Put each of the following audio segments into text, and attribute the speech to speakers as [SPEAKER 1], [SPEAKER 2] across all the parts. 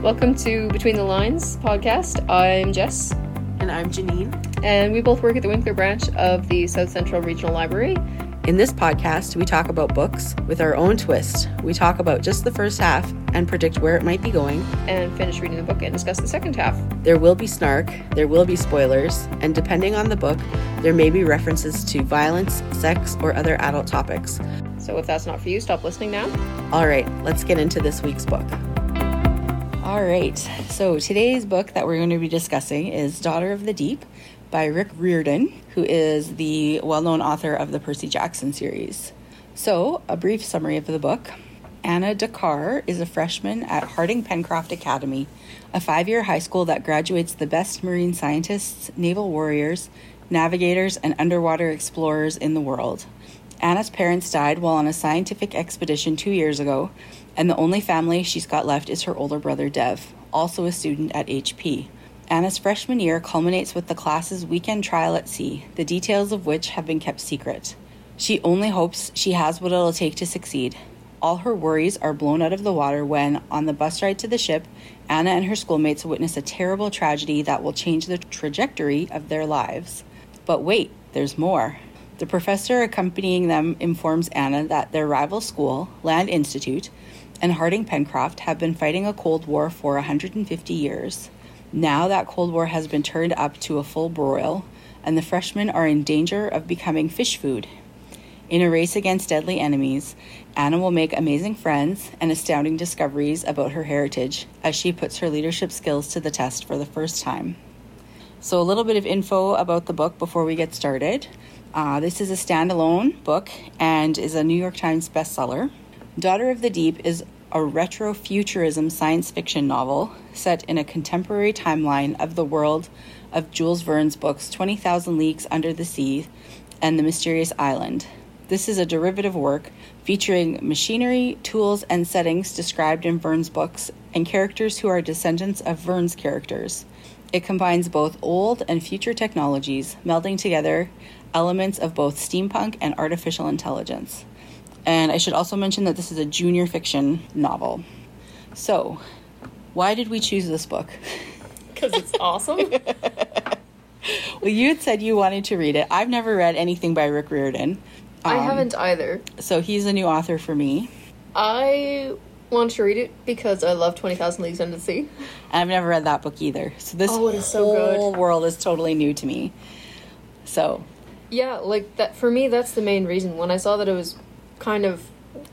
[SPEAKER 1] Welcome to Between the Lines podcast. I'm Jess,
[SPEAKER 2] And I'm Janine.
[SPEAKER 1] and we both work at the Winkler branch of the South Central Regional Library.
[SPEAKER 2] In this podcast, we talk about books with our own twist. We talk about just the first half and predict where it might be going.
[SPEAKER 1] and finish reading the book and discuss the second half.
[SPEAKER 2] There will be snark, there will be spoilers, and depending on the book, there may be references to violence, sex, or other adult topics.
[SPEAKER 1] So if that's not for you, stop listening now.
[SPEAKER 2] All right, let's get into this week's book. All right, so today's book that we're going to be discussing is Daughter of the Deep by Rick Riordan, who is the well known author of the Percy Jackson series. So, a brief summary of the book Anna Dakar is a freshman at Harding Pencroft Academy, a five year high school that graduates the best marine scientists, naval warriors, navigators, and underwater explorers in the world. Anna's parents died while on a scientific expedition two years ago, and the only family she's got left is her older brother Dev, also a student at HP. Anna's freshman year culminates with the class's weekend trial at sea, the details of which have been kept secret. She only hopes she has what it'll take to succeed. All her worries are blown out of the water when, on the bus ride to the ship, Anna and her schoolmates witness a terrible tragedy that will change the trajectory of their lives. But wait, there's more. The professor accompanying them informs Anna that their rival school, Land Institute, and Harding Pencroft have been fighting a Cold War for 150 years. Now that Cold War has been turned up to a full broil, and the freshmen are in danger of becoming fish food. In a race against deadly enemies, Anna will make amazing friends and astounding discoveries about her heritage as she puts her leadership skills to the test for the first time. So, a little bit of info about the book before we get started. Uh, this is a standalone book and is a New York Times bestseller. Daughter of the Deep is a retrofuturism science fiction novel set in a contemporary timeline of the world of Jules Verne's books 20,000 Leagues Under the Sea and The Mysterious Island. This is a derivative work featuring machinery, tools, and settings described in Verne's books and characters who are descendants of Verne's characters. It combines both old and future technologies, melding together elements of both steampunk and artificial intelligence. And I should also mention that this is a junior fiction novel. So, why did we choose this book?
[SPEAKER 1] Because it's awesome.
[SPEAKER 2] Well, you had said you wanted to read it. I've never read anything by Rick Riordan.
[SPEAKER 1] I
[SPEAKER 2] Um,
[SPEAKER 1] haven't either.
[SPEAKER 2] So he's a new author for me.
[SPEAKER 1] I want to read it because I love 20,000 Leagues Under the Sea.
[SPEAKER 2] I've never read that book either. So this
[SPEAKER 1] Oh, it is so good.
[SPEAKER 2] whole world is totally new to me. So
[SPEAKER 1] Yeah, like that for me that's the main reason when I saw that it was kind of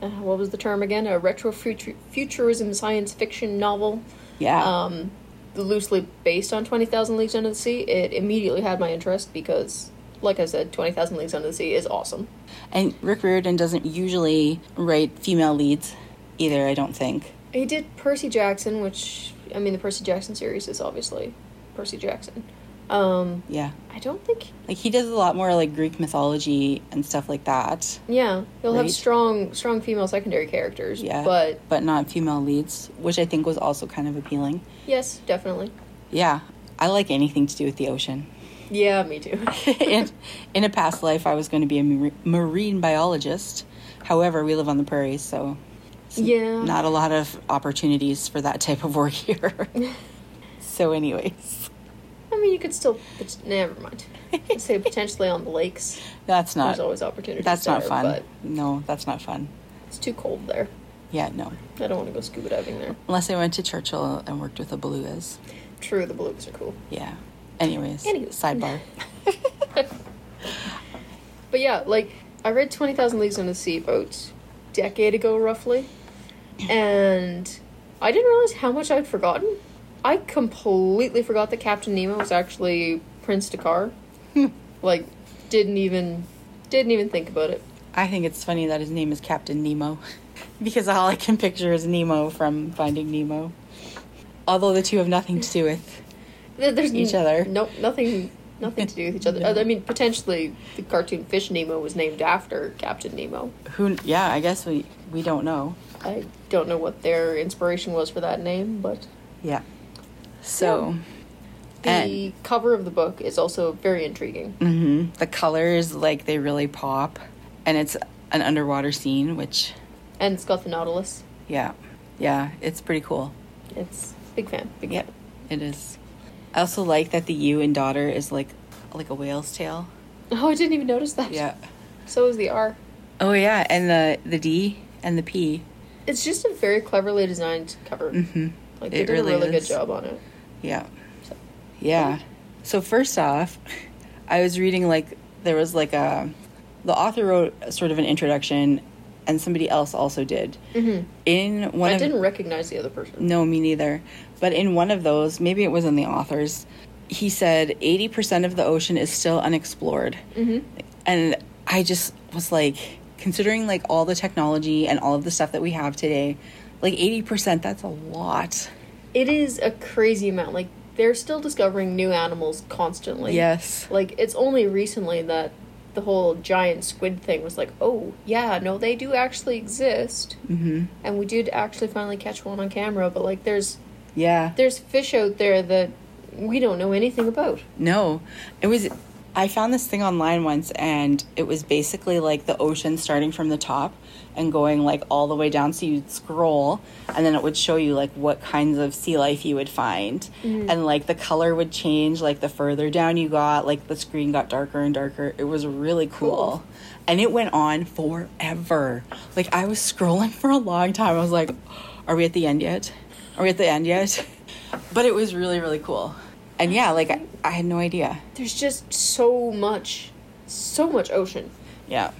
[SPEAKER 1] uh, what was the term again? A retro futu- futurism science fiction novel
[SPEAKER 2] yeah,
[SPEAKER 1] um, loosely based on 20,000 Leagues Under the Sea, it immediately had my interest because, like I said, 20,000 Leagues Under the Sea is awesome.
[SPEAKER 2] and Rick Riordan doesn't usually write female leads either. I don't think.
[SPEAKER 1] He did Percy Jackson, which, I mean, the Percy Jackson series is obviously Percy Jackson. Um,
[SPEAKER 2] Yeah,
[SPEAKER 1] I don't think,
[SPEAKER 2] like he does a lot more like Greek mythology and stuff like that.
[SPEAKER 1] yeah, he'll have
[SPEAKER 2] Right.
[SPEAKER 1] strong, strong female secondary characters.
[SPEAKER 2] Yeah,
[SPEAKER 1] But,
[SPEAKER 2] but not female leads, which I think was also kind of appealing.
[SPEAKER 1] yes, definitely.
[SPEAKER 2] Yeah, I like anything to do with the ocean.
[SPEAKER 1] Yeah, me too.
[SPEAKER 2] in, in a past life, I was going to be a mar- marine biologist. However, we live on the prairies, so it's
[SPEAKER 1] Yeah.
[SPEAKER 2] not a lot of opportunities for that type of work here. so, anyways,
[SPEAKER 1] I mean, you could still, but never mind. I say potentially on the lakes.
[SPEAKER 2] that's not
[SPEAKER 1] There's always opportunities.
[SPEAKER 2] that's not
[SPEAKER 1] there,
[SPEAKER 2] fun.
[SPEAKER 1] But
[SPEAKER 2] No, that's not fun.
[SPEAKER 1] it's too cold there.
[SPEAKER 2] Yeah, no.
[SPEAKER 1] I don't want to go scuba diving there.
[SPEAKER 2] Unless I went to Churchill and worked with the belugas.
[SPEAKER 1] True, the belugas are cool.
[SPEAKER 2] Yeah. Anyways,
[SPEAKER 1] Anywho.
[SPEAKER 2] sidebar.
[SPEAKER 1] But yeah, like I read Twenty Thousand Leagues Under the Sea about a decade ago, roughly, and I didn't realize how much I'd forgotten. I completely forgot that Captain Nemo was actually Prince Dakar. like, didn't even didn't even think about it.
[SPEAKER 2] I think it's funny that his name is Captain Nemo because all I can picture is Nemo from Finding Nemo. Although the two have nothing to do with
[SPEAKER 1] There- There's
[SPEAKER 2] Each
[SPEAKER 1] n-
[SPEAKER 2] other.
[SPEAKER 1] No, nothing. Nothing to do with each other.
[SPEAKER 2] No.
[SPEAKER 1] I mean, potentially the cartoon fish Nemo was named after Captain Nemo.
[SPEAKER 2] Who? Yeah, I guess we we don't know.
[SPEAKER 1] I don't know what their inspiration was for that name, but
[SPEAKER 2] Yeah. So,
[SPEAKER 1] the
[SPEAKER 2] And-
[SPEAKER 1] cover of the book is also very intriguing.
[SPEAKER 2] hmm the colors like they really pop, and it's an underwater scene, which
[SPEAKER 1] And it's got the Nautilus.
[SPEAKER 2] yeah, yeah, it's pretty cool.
[SPEAKER 1] It's Big fan. Big
[SPEAKER 2] Yep, it is. I also like that the U in daughter is like like a whale's tail.
[SPEAKER 1] fan. Oh, I didn't even notice that.
[SPEAKER 2] Yeah.
[SPEAKER 1] So is the R.
[SPEAKER 2] Oh yeah, and the the D and the P.
[SPEAKER 1] It's just a very cleverly designed cover.
[SPEAKER 2] Mm-hmm.
[SPEAKER 1] Like
[SPEAKER 2] It
[SPEAKER 1] they did
[SPEAKER 2] really
[SPEAKER 1] a really
[SPEAKER 2] is.
[SPEAKER 1] good job on it.
[SPEAKER 2] Yeah. Yeah. So first off, I was reading like there was like a the author wrote sort of an introduction and somebody else also did.
[SPEAKER 1] Mhm.
[SPEAKER 2] In one
[SPEAKER 1] I
[SPEAKER 2] of
[SPEAKER 1] didn't recognize the other person.
[SPEAKER 2] No, me neither. But in one of those, maybe it was in the author's, he said 80% of the ocean is still unexplored.
[SPEAKER 1] Mhm.
[SPEAKER 2] And I just was like, considering like all the technology and all of the stuff that we have today, like 80%, that's a lot.
[SPEAKER 1] It is a crazy amount. Like they're still discovering new animals constantly.
[SPEAKER 2] Yes.
[SPEAKER 1] Like it's only recently that the whole giant squid thing was like, oh yeah, no, they do actually exist,
[SPEAKER 2] hmm
[SPEAKER 1] and we did actually finally catch one on camera. But like, there's
[SPEAKER 2] Yeah.
[SPEAKER 1] there's fish out there that we don't know anything about.
[SPEAKER 2] No, it was. I found this thing online once, and it was basically like the ocean starting from the top and going like all the way down. So you'd scroll, and then it would show you like what kinds of sea life you would find, and like the color would change. Like the further down you got, like the screen got darker and darker. It was really cool.
[SPEAKER 1] Cool.
[SPEAKER 2] And it went on forever. Like I was scrolling for a long time. I was like, "Are we at the end yet? Are we at the end yet?" But it was really, really cool. And yeah, like I, I had no idea.
[SPEAKER 1] There's just so much, so much ocean.
[SPEAKER 2] Yeah.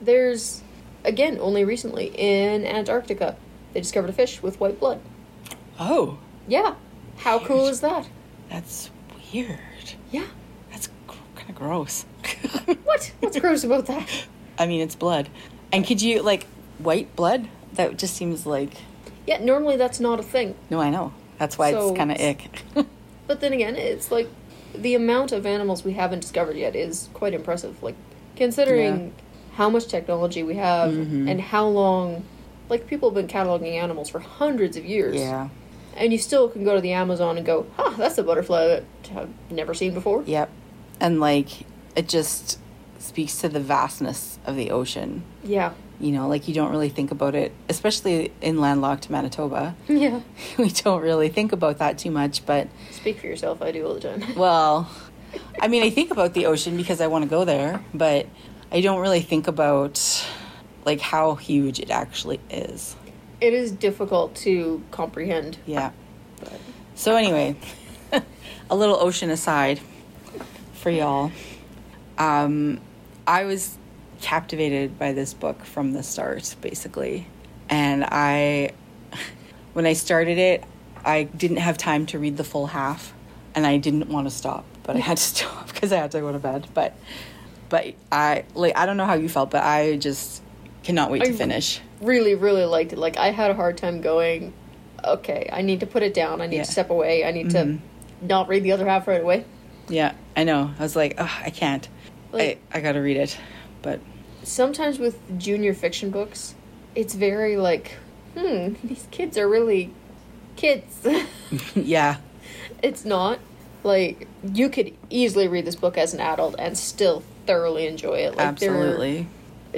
[SPEAKER 1] There's again only recently in Antarctica they discovered a fish with white blood.
[SPEAKER 2] Oh,
[SPEAKER 1] Yeah, how cool is that?
[SPEAKER 2] that's weird.
[SPEAKER 1] Yeah.
[SPEAKER 2] That's kind of gross.
[SPEAKER 1] What? What's gross about that?
[SPEAKER 2] I mean, it's blood. And could you like white blood? That just seems like
[SPEAKER 1] Yeah, normally that's not a thing.
[SPEAKER 2] no. I know. That's why
[SPEAKER 1] So-
[SPEAKER 2] it's kind of ick.
[SPEAKER 1] But then again, it's like the amount of animals we haven't discovered yet is quite impressive. Like considering how much technology we have
[SPEAKER 2] Mm-hmm.
[SPEAKER 1] and how long like people have been cataloging animals for hundreds of years.
[SPEAKER 2] yeah.
[SPEAKER 1] And you still can go to the Amazon and go, "Huh, that's a butterfly that I've never seen before."
[SPEAKER 2] Yep. And like it just speaks to the vastness of the ocean.
[SPEAKER 1] Yeah.
[SPEAKER 2] You know, like you don't really think about it, especially in landlocked Manitoba.
[SPEAKER 1] Yeah.
[SPEAKER 2] we don't really think about that too much, but
[SPEAKER 1] Speak for yourself, I do all the time.
[SPEAKER 2] Well, I mean, I think about the ocean because I want to go there, but I don't really think about like how huge it actually is.
[SPEAKER 1] It is difficult to comprehend.
[SPEAKER 2] Yeah.
[SPEAKER 1] But
[SPEAKER 2] So anyway, a little ocean aside for y'all. Um I was captivated by this book from the start basically. And I when I started it, I didn't have time to read the full half and I didn't want to stop, but I had to stop because I had to go to bed, but but I like I don't know how you felt, but I just cannot wait to
[SPEAKER 1] I-
[SPEAKER 2] finish.
[SPEAKER 1] really really liked it like i had a hard time going okay i need to put it down i need
[SPEAKER 2] Yeah. Mm-hmm.
[SPEAKER 1] to step away i need to not read the other half right away
[SPEAKER 2] Yeah, I know. I was like, oh, I can't.
[SPEAKER 1] Like-
[SPEAKER 2] I, I gotta read it. But
[SPEAKER 1] sometimes with junior fiction books it's very like hmm these kids are really kids
[SPEAKER 2] yeah,
[SPEAKER 1] it's not like you could easily read this book as an adult and still thoroughly enjoy it like there are-
[SPEAKER 2] absolutely.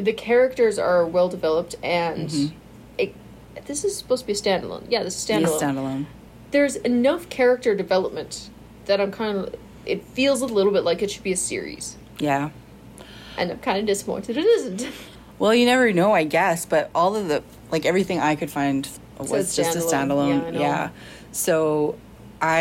[SPEAKER 1] the characters are well developed and
[SPEAKER 2] Mhm.
[SPEAKER 1] it, this is supposed to be a standalone yeah this is
[SPEAKER 2] Yeah,
[SPEAKER 1] standalone
[SPEAKER 2] standalone.
[SPEAKER 1] there's enough character development that I'm kind of. It feels a little bit like it should be a series,
[SPEAKER 2] Yeah.
[SPEAKER 1] and I'm kind of disappointed it isn't.
[SPEAKER 2] Well, you never know, I guess. But all of the like everything I could find was just a
[SPEAKER 1] standalone. Yeah, I
[SPEAKER 2] standalone.
[SPEAKER 1] know.
[SPEAKER 2] yeah. So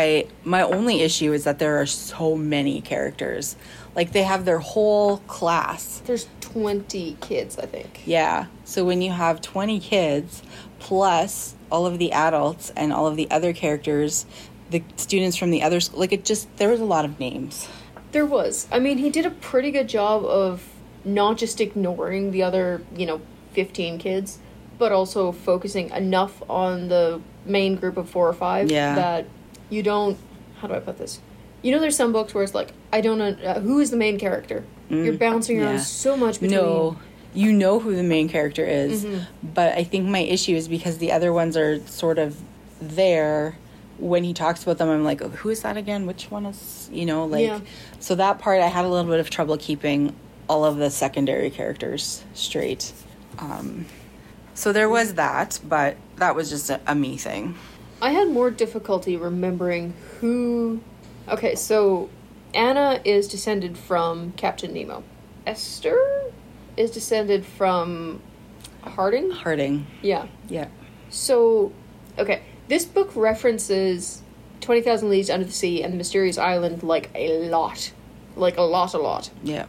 [SPEAKER 2] I my only issue is that there are so many characters. Like they have their whole class.
[SPEAKER 1] There's 20 kids, I think.
[SPEAKER 2] Yeah. So when you have 20 kids plus all of the adults and all of the other characters, the students from the other school, like it just, there was a lot of names.
[SPEAKER 1] There was. I mean, he did a pretty good job of not just ignoring the other, you know, 15 kids, but also focusing enough on the main group of four or five
[SPEAKER 2] Yeah.
[SPEAKER 1] that you don't. How do I put this? You know, there's some books where it's like, I don't know uh, who is the main character. You're bouncing around
[SPEAKER 2] Mm. yeah.
[SPEAKER 1] so much between. Mm-hmm.
[SPEAKER 2] No, you know who the main character is, but I think my issue is because the other ones are sort of there. When he talks about them, I'm like, oh, who is that again? Which one is, you know, like.
[SPEAKER 1] Yeah.
[SPEAKER 2] So that part, I had a little bit of trouble keeping all of the secondary characters straight. Um, so there was that, but that was just a, a me thing.
[SPEAKER 1] I had more difficulty remembering who. Okay, so Anna is descended from Captain Nemo. Esther is descended from Harding?
[SPEAKER 2] Harding.
[SPEAKER 1] Yeah.
[SPEAKER 2] Yeah.
[SPEAKER 1] So, okay, this book references 20,000 Leagues Under the Sea and the Mysterious Island like a lot. Like a lot, a lot.
[SPEAKER 2] Yeah.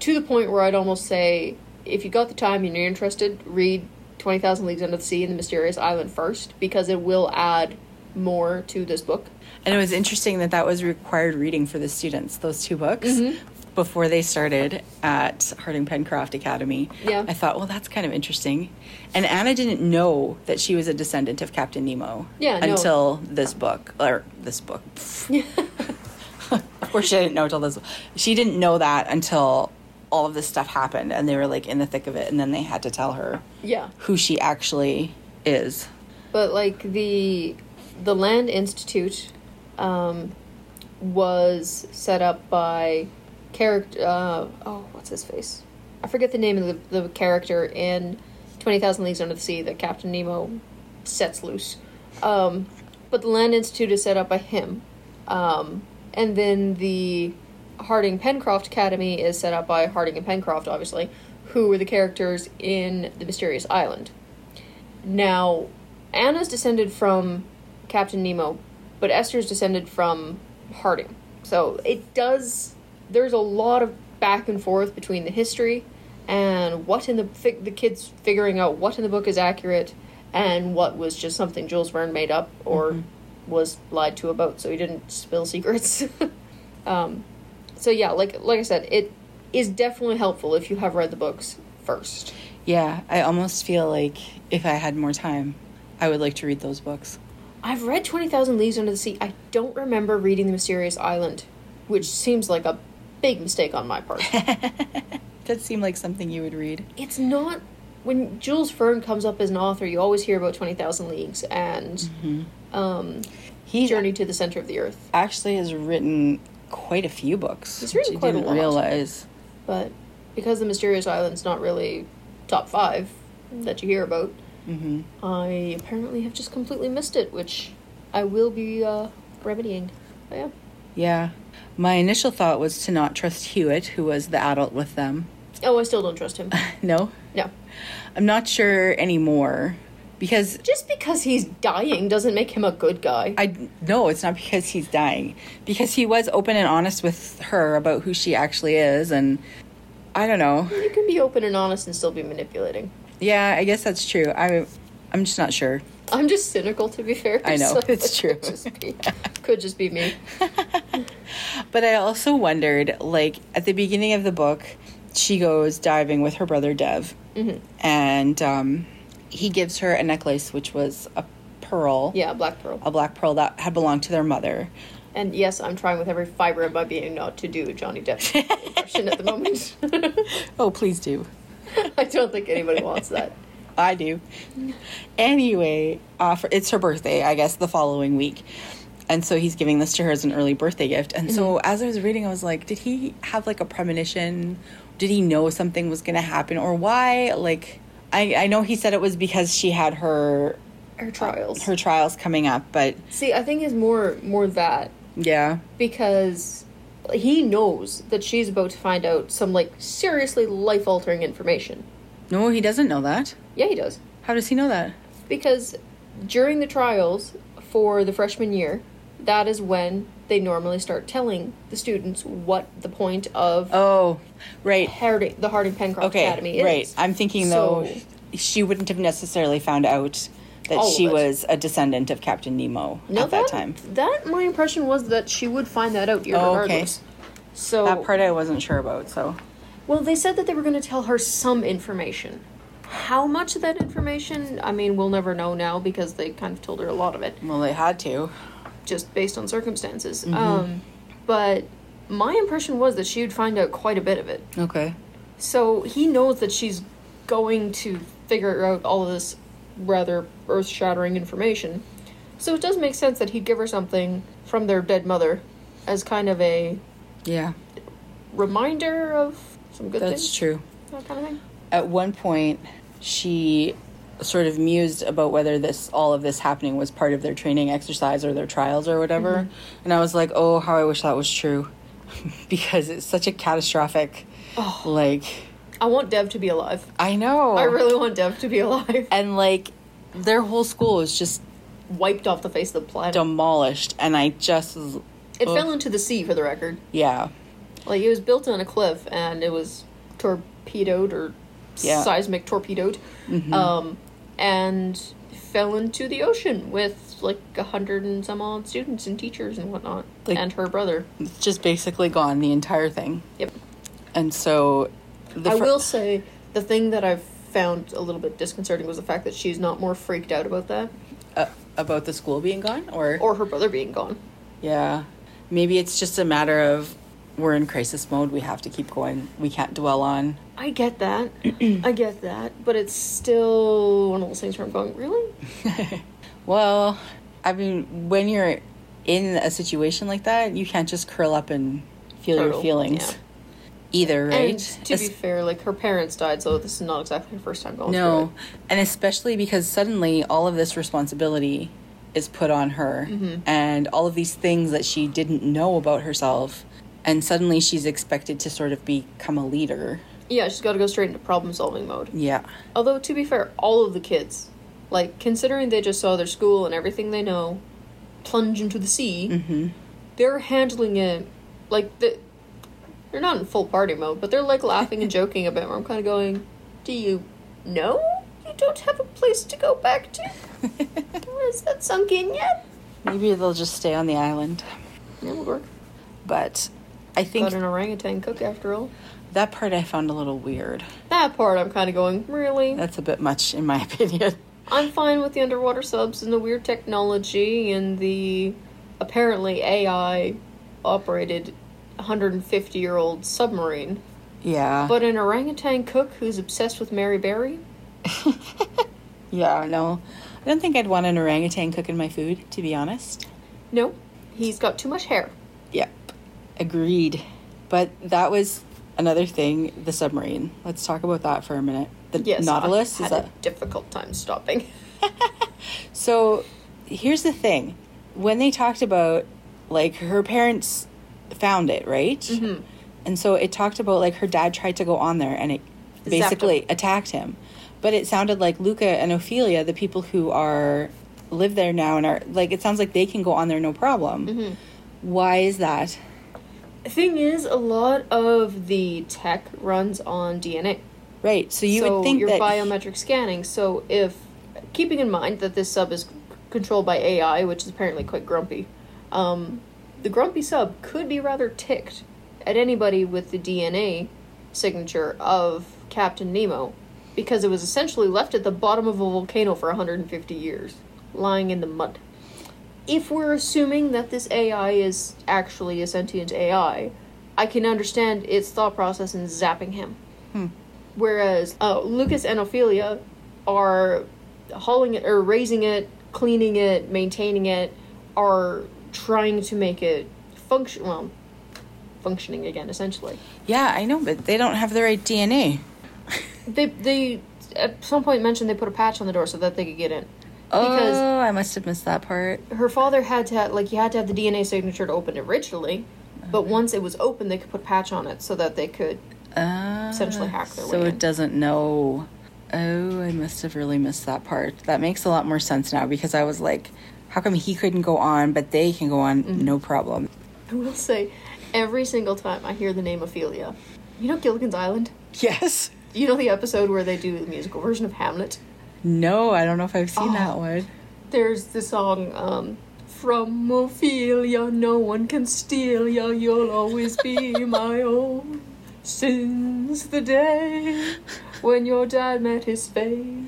[SPEAKER 1] To the point where I'd almost say if you got the time and you're interested, read 20,000 Leagues Under the Sea and the Mysterious Island first because it will add more to this book.
[SPEAKER 2] And it was interesting that that was required reading for the students, those two books,
[SPEAKER 1] Mm-hmm.
[SPEAKER 2] before they started at Harding Pencroft Academy.
[SPEAKER 1] Yeah.
[SPEAKER 2] I thought, well, that's kind of interesting. And Anna didn't know that she was a descendant of Captain Nemo
[SPEAKER 1] Yeah, no.
[SPEAKER 2] until this book, or this book. of course, she didn't know until this. She didn't know that until all of this stuff happened and they were like in the thick of it. And then they had to tell her
[SPEAKER 1] Yeah.
[SPEAKER 2] who she actually is.
[SPEAKER 1] But like the the Land Institute um, was set up by character. Uh, oh, what's his face? I forget the name of the, the character in Twenty Thousand Leagues Under the Sea that Captain Nemo sets loose. Um, but the Land Institute is set up by him, um, and then the Harding Pencroft Academy is set up by Harding and Pencroft, obviously, who were the characters in The Mysterious Island. Now, Anna's descended from Captain Nemo, but Esther's descended from Harding. So it does. There's a lot of back and forth between the history and what in the fi- the kids figuring out what in the book is accurate and what was just something Jules Verne made up or was lied to about, so he didn't spill secrets. um, so yeah, like like I said, it is definitely helpful if you have read the books first.
[SPEAKER 2] Yeah, I almost feel like if I had more time, I would like to read those books.
[SPEAKER 1] I've read 20,000 Leagues Under the Sea. I don't remember reading The Mysterious Island, which seems like a big mistake on my part.
[SPEAKER 2] That seemed like something you would read.
[SPEAKER 1] it's not. When Jules Verne comes up as an author, you always hear about 20,000 Leagues and um,
[SPEAKER 2] He
[SPEAKER 1] Journey to the Center of the Earth.
[SPEAKER 2] actually has written quite a few books.
[SPEAKER 1] He's written
[SPEAKER 2] which I
[SPEAKER 1] quite a
[SPEAKER 2] didn't
[SPEAKER 1] lot.
[SPEAKER 2] realize.
[SPEAKER 1] But because The Mysterious Island's not really top five that you hear about,
[SPEAKER 2] hmm
[SPEAKER 1] I apparently have just completely missed it, which I will be uh, remedying. But yeah.
[SPEAKER 2] Yeah. My initial thought was to not trust Hewitt, who was the adult with them.
[SPEAKER 1] Oh, I still don't trust him.
[SPEAKER 2] No?
[SPEAKER 1] No.
[SPEAKER 2] I'm not sure anymore because
[SPEAKER 1] Just because he's dying doesn't make him a good guy.
[SPEAKER 2] I no, it's not because he's dying. Because he was open and honest with her about who she actually is and I don't know.
[SPEAKER 1] You can be open and honest and still be manipulating.
[SPEAKER 2] Yeah, I guess that's true. I I'm just not sure.
[SPEAKER 1] I'm just cynical, to be fair.
[SPEAKER 2] I know, it's true.
[SPEAKER 1] Could just, be, could just be me.
[SPEAKER 2] But I also wondered, like, at the beginning of the book, she goes diving with her brother Dev, and um, he gives her a necklace, which was a pearl,
[SPEAKER 1] Yeah, Black Pearl.
[SPEAKER 2] a black pearl that had belonged to their mother.
[SPEAKER 1] And yes, I'm trying with every fiber of my being not to do a Johnny Depp impression at the moment.
[SPEAKER 2] Oh, please do.
[SPEAKER 1] I don't think anybody wants that.
[SPEAKER 2] I do. Anyway, uh, for, it's her birthday, I guess, the following week. And so he's giving this to her as an early birthday gift. And so as I was reading, I was like, did he have like a premonition? Did he know something was going to happen or why? Like, I, I know he said it was because she had her
[SPEAKER 1] Her trials.
[SPEAKER 2] her trials coming up, but
[SPEAKER 1] Uh, See, I think it's more more that
[SPEAKER 2] yeah,
[SPEAKER 1] because he knows that she's about to find out some like seriously life altering information.
[SPEAKER 2] no, he doesn't know that.
[SPEAKER 1] Yeah, he does.
[SPEAKER 2] How does he know that?
[SPEAKER 1] Because during the trials for the freshman year, that is when they normally start telling the students what the point of
[SPEAKER 2] Oh, right.
[SPEAKER 1] Harding, the Harding Pencroft
[SPEAKER 2] Okay,
[SPEAKER 1] Academy is.
[SPEAKER 2] right. I'm thinking though,
[SPEAKER 1] So-
[SPEAKER 2] she wouldn't have necessarily found out that
[SPEAKER 1] All of
[SPEAKER 2] she
[SPEAKER 1] it.
[SPEAKER 2] was a descendant of Captain Nemo
[SPEAKER 1] No,
[SPEAKER 2] at that, time. Oh,
[SPEAKER 1] That my impression was that she would find that out
[SPEAKER 2] okay.
[SPEAKER 1] regardless. So
[SPEAKER 2] That part I wasn't sure about, so
[SPEAKER 1] Well, they said that they were going to tell her some information. How much of that information? I mean, we'll never know now because they kind of told her a lot of it.
[SPEAKER 2] well they had to.
[SPEAKER 1] just based on circumstances. Um, but my impression was that she would find out quite a bit of it.
[SPEAKER 2] Okay.
[SPEAKER 1] So he knows that she's going to figure out all of this rather earth shattering information. So it does make sense that he'd give her something from their dead mother as kind of a
[SPEAKER 2] Yeah,
[SPEAKER 1] reminder of some good
[SPEAKER 2] that's
[SPEAKER 1] things.
[SPEAKER 2] true.
[SPEAKER 1] That kind of thing.
[SPEAKER 2] At one point, she sort of mused about whether this all of this happening was part of their training exercise or their trials or whatever.
[SPEAKER 1] Mm-hmm.
[SPEAKER 2] And I was like, oh, how I wish that was true, because it's such a catastrophic, like
[SPEAKER 1] I want Dev to be alive.
[SPEAKER 2] I know.
[SPEAKER 1] Oh. I really want Dev to be alive.
[SPEAKER 2] and like their whole school was just
[SPEAKER 1] Wiped off the face of the planet.
[SPEAKER 2] demolished, and I just
[SPEAKER 1] It fell into the sea, for the record.
[SPEAKER 2] yeah.
[SPEAKER 1] Like it was built on a cliff, and it was torpedoed or
[SPEAKER 2] Yeah.
[SPEAKER 1] seismic torpedoed, um, and fell into the ocean with like a hundred and some odd students and teachers and whatnot,
[SPEAKER 2] Like-
[SPEAKER 1] and her brother.
[SPEAKER 2] It's just basically gone the entire thing,
[SPEAKER 1] Yep.
[SPEAKER 2] and so the
[SPEAKER 1] I
[SPEAKER 2] fir-
[SPEAKER 1] will say the thing that I've found a little bit disconcerting was the fact that she's not more freaked out about that
[SPEAKER 2] uh, about the school being gone, or
[SPEAKER 1] or her brother being gone.
[SPEAKER 2] yeah, maybe it's just a matter of we're in crisis mode. We have to keep going. We can't dwell on.
[SPEAKER 1] I get that. I get that. But it's still one of those things where I'm going, really?
[SPEAKER 2] Well, I mean, when you're in a situation like that, you can't just curl up and feel your
[SPEAKER 1] Total,
[SPEAKER 2] feelings
[SPEAKER 1] yeah.
[SPEAKER 2] either, right?
[SPEAKER 1] And to
[SPEAKER 2] Es-
[SPEAKER 1] be fair, like her parents died, so this is not exactly her first time going
[SPEAKER 2] No,
[SPEAKER 1] through
[SPEAKER 2] and especially because suddenly all of this responsibility is put on her, and all of these things that she didn't know about herself, and suddenly she's expected to sort of become a leader.
[SPEAKER 1] it. Yeah, she's got to go straight into problem solving mode.
[SPEAKER 2] Yeah,
[SPEAKER 1] Although to be fair, all of the kids, like considering they just saw their school and everything they know plunge into the sea, they're handling it like the, they're not in full party mode, but they're like laughing and joking a bit. Where I'm kind of going, do you know you don't have a place to go back to? Has that sunk in yet?
[SPEAKER 2] maybe they'll just stay on the island,
[SPEAKER 1] Yeah, would work.
[SPEAKER 2] but I think
[SPEAKER 1] Got an orangutan cook after all.
[SPEAKER 2] that part I found a little weird.
[SPEAKER 1] That part I'm kind of going, really?
[SPEAKER 2] That's a bit much, in my opinion.
[SPEAKER 1] I'm fine with the underwater subs and the weird technology and the apparently AI operated 150 year old submarine.
[SPEAKER 2] Yeah,
[SPEAKER 1] But an orangutan cook who's obsessed with Mary Berry?
[SPEAKER 2] yeah, no, I don't think I'd want an orangutan cooking my food, to be honest.
[SPEAKER 1] No, he's got too much hair.
[SPEAKER 2] Yep. Agreed. But that was another thing, the submarine. Let's talk about that for a minute. The
[SPEAKER 1] Yes,
[SPEAKER 2] Nautilus
[SPEAKER 1] I
[SPEAKER 2] is
[SPEAKER 1] had
[SPEAKER 2] a
[SPEAKER 1] a difficult time stopping.
[SPEAKER 2] So here's the thing. When they talked about like her parents found it, right? Mm-hmm. And so it talked about like her dad tried to go on there and it
[SPEAKER 1] him.
[SPEAKER 2] basically attacked him. But it sounded like Luca and Ophelia, the people who are live there now and are like it sounds like they can go on there no problem.
[SPEAKER 1] Mm-hmm.
[SPEAKER 2] Why is that?
[SPEAKER 1] Thing is, a lot of the tech runs on DNA.
[SPEAKER 2] Right. So you
[SPEAKER 1] so
[SPEAKER 2] would think
[SPEAKER 1] your
[SPEAKER 2] that
[SPEAKER 1] biometric scanning. So if keeping in mind that this sub is c- controlled by AI, which is apparently quite grumpy, um, the grumpy sub could be rather ticked at anybody with the DNA signature of Captain Nemo, because it was essentially left at the bottom of a volcano for 150 years, lying in the mud. If we're assuming that this AI is actually a sentient AI, I can understand its thought process in zapping him whereas uh, Lucas and Ophelia are hauling it or raising it, cleaning it, maintaining it, are trying to make it function well, functioning again essentially.
[SPEAKER 2] Yeah, I know, but they don't have the right DNA.
[SPEAKER 1] They they at some point mentioned they put a patch on the door so that they could get in. Because
[SPEAKER 2] oh, I must have missed that part.
[SPEAKER 1] her father had to ha- like you had to have the DNA signature to open it originally, but once it was open, they could put a patch on it so that they could
[SPEAKER 2] Uh,
[SPEAKER 1] Essentially hack their
[SPEAKER 2] So
[SPEAKER 1] way
[SPEAKER 2] it
[SPEAKER 1] in.
[SPEAKER 2] doesn't know. Oh, I must have really missed that part. That makes a lot more sense now because I was like, how come he couldn't go on, but they can go on
[SPEAKER 1] Mm-hmm.
[SPEAKER 2] no problem?
[SPEAKER 1] I will say, every single time I hear the name Ophelia, you know Gilligan's Island?
[SPEAKER 2] Yes.
[SPEAKER 1] You know the episode where they do the musical version of Hamlet?
[SPEAKER 2] No, I don't know if I've seen that
[SPEAKER 1] Oh.
[SPEAKER 2] one.
[SPEAKER 1] There's the song, um, From Ophelia, no one can steal ya, you'll always be my own. Since the day when your dad met his fate,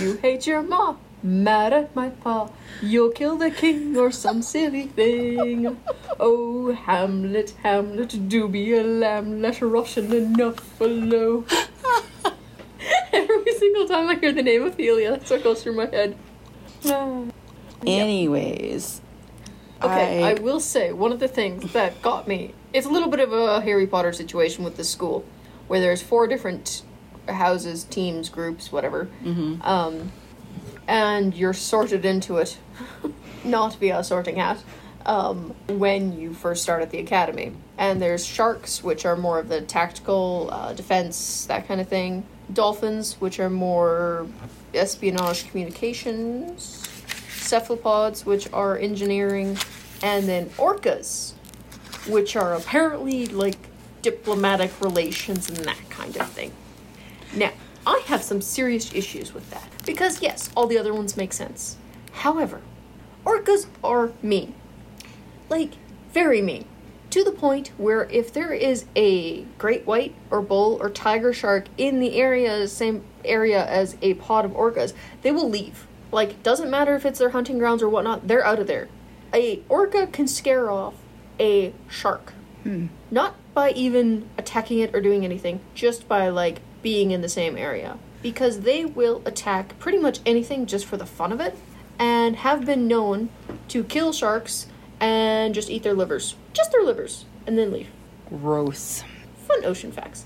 [SPEAKER 1] you hate your ma, mad at my pa, you'll kill the king or some silly thing. Oh, Hamlet, Hamlet, do be a lamb, let Russian enough alone. Every single time I hear the name Ophelia, that's what goes through my head. Ah.
[SPEAKER 2] Anyways.
[SPEAKER 1] Okay, I...
[SPEAKER 2] I-
[SPEAKER 1] will say one of the things that got me. It's a little bit of a Harry Potter situation with the school, where there's four different houses, teams, groups, whatever,
[SPEAKER 2] hmm
[SPEAKER 1] um, and you're sorted into it, not via a sorting hat, um, when you first start at the academy. And there's sharks, which are more of the tactical uh, defense, that kind of thing. Dolphins, which are more espionage communications. Cephalopods, which are engineering. And then orcas, which are apparently like diplomatic relations and that kind of thing. Now, I have some serious issues with that. Because, yes, all the other ones make sense. However, orcas are mean. Like, very mean. To the point where if there is a great white or bull or tiger shark in the area, same area as a pod of orcas, they will leave. Like, doesn't matter if it's their hunting grounds or whatnot, they're out of there. A orca can scare off a shark not by even attacking it or doing anything, just by like being in the same area. Because they will attack pretty much anything just for the fun of it, and have been known to kill sharks and just eat their livers. Just their livers, and then leave.
[SPEAKER 2] Gross.
[SPEAKER 1] Fun ocean facts.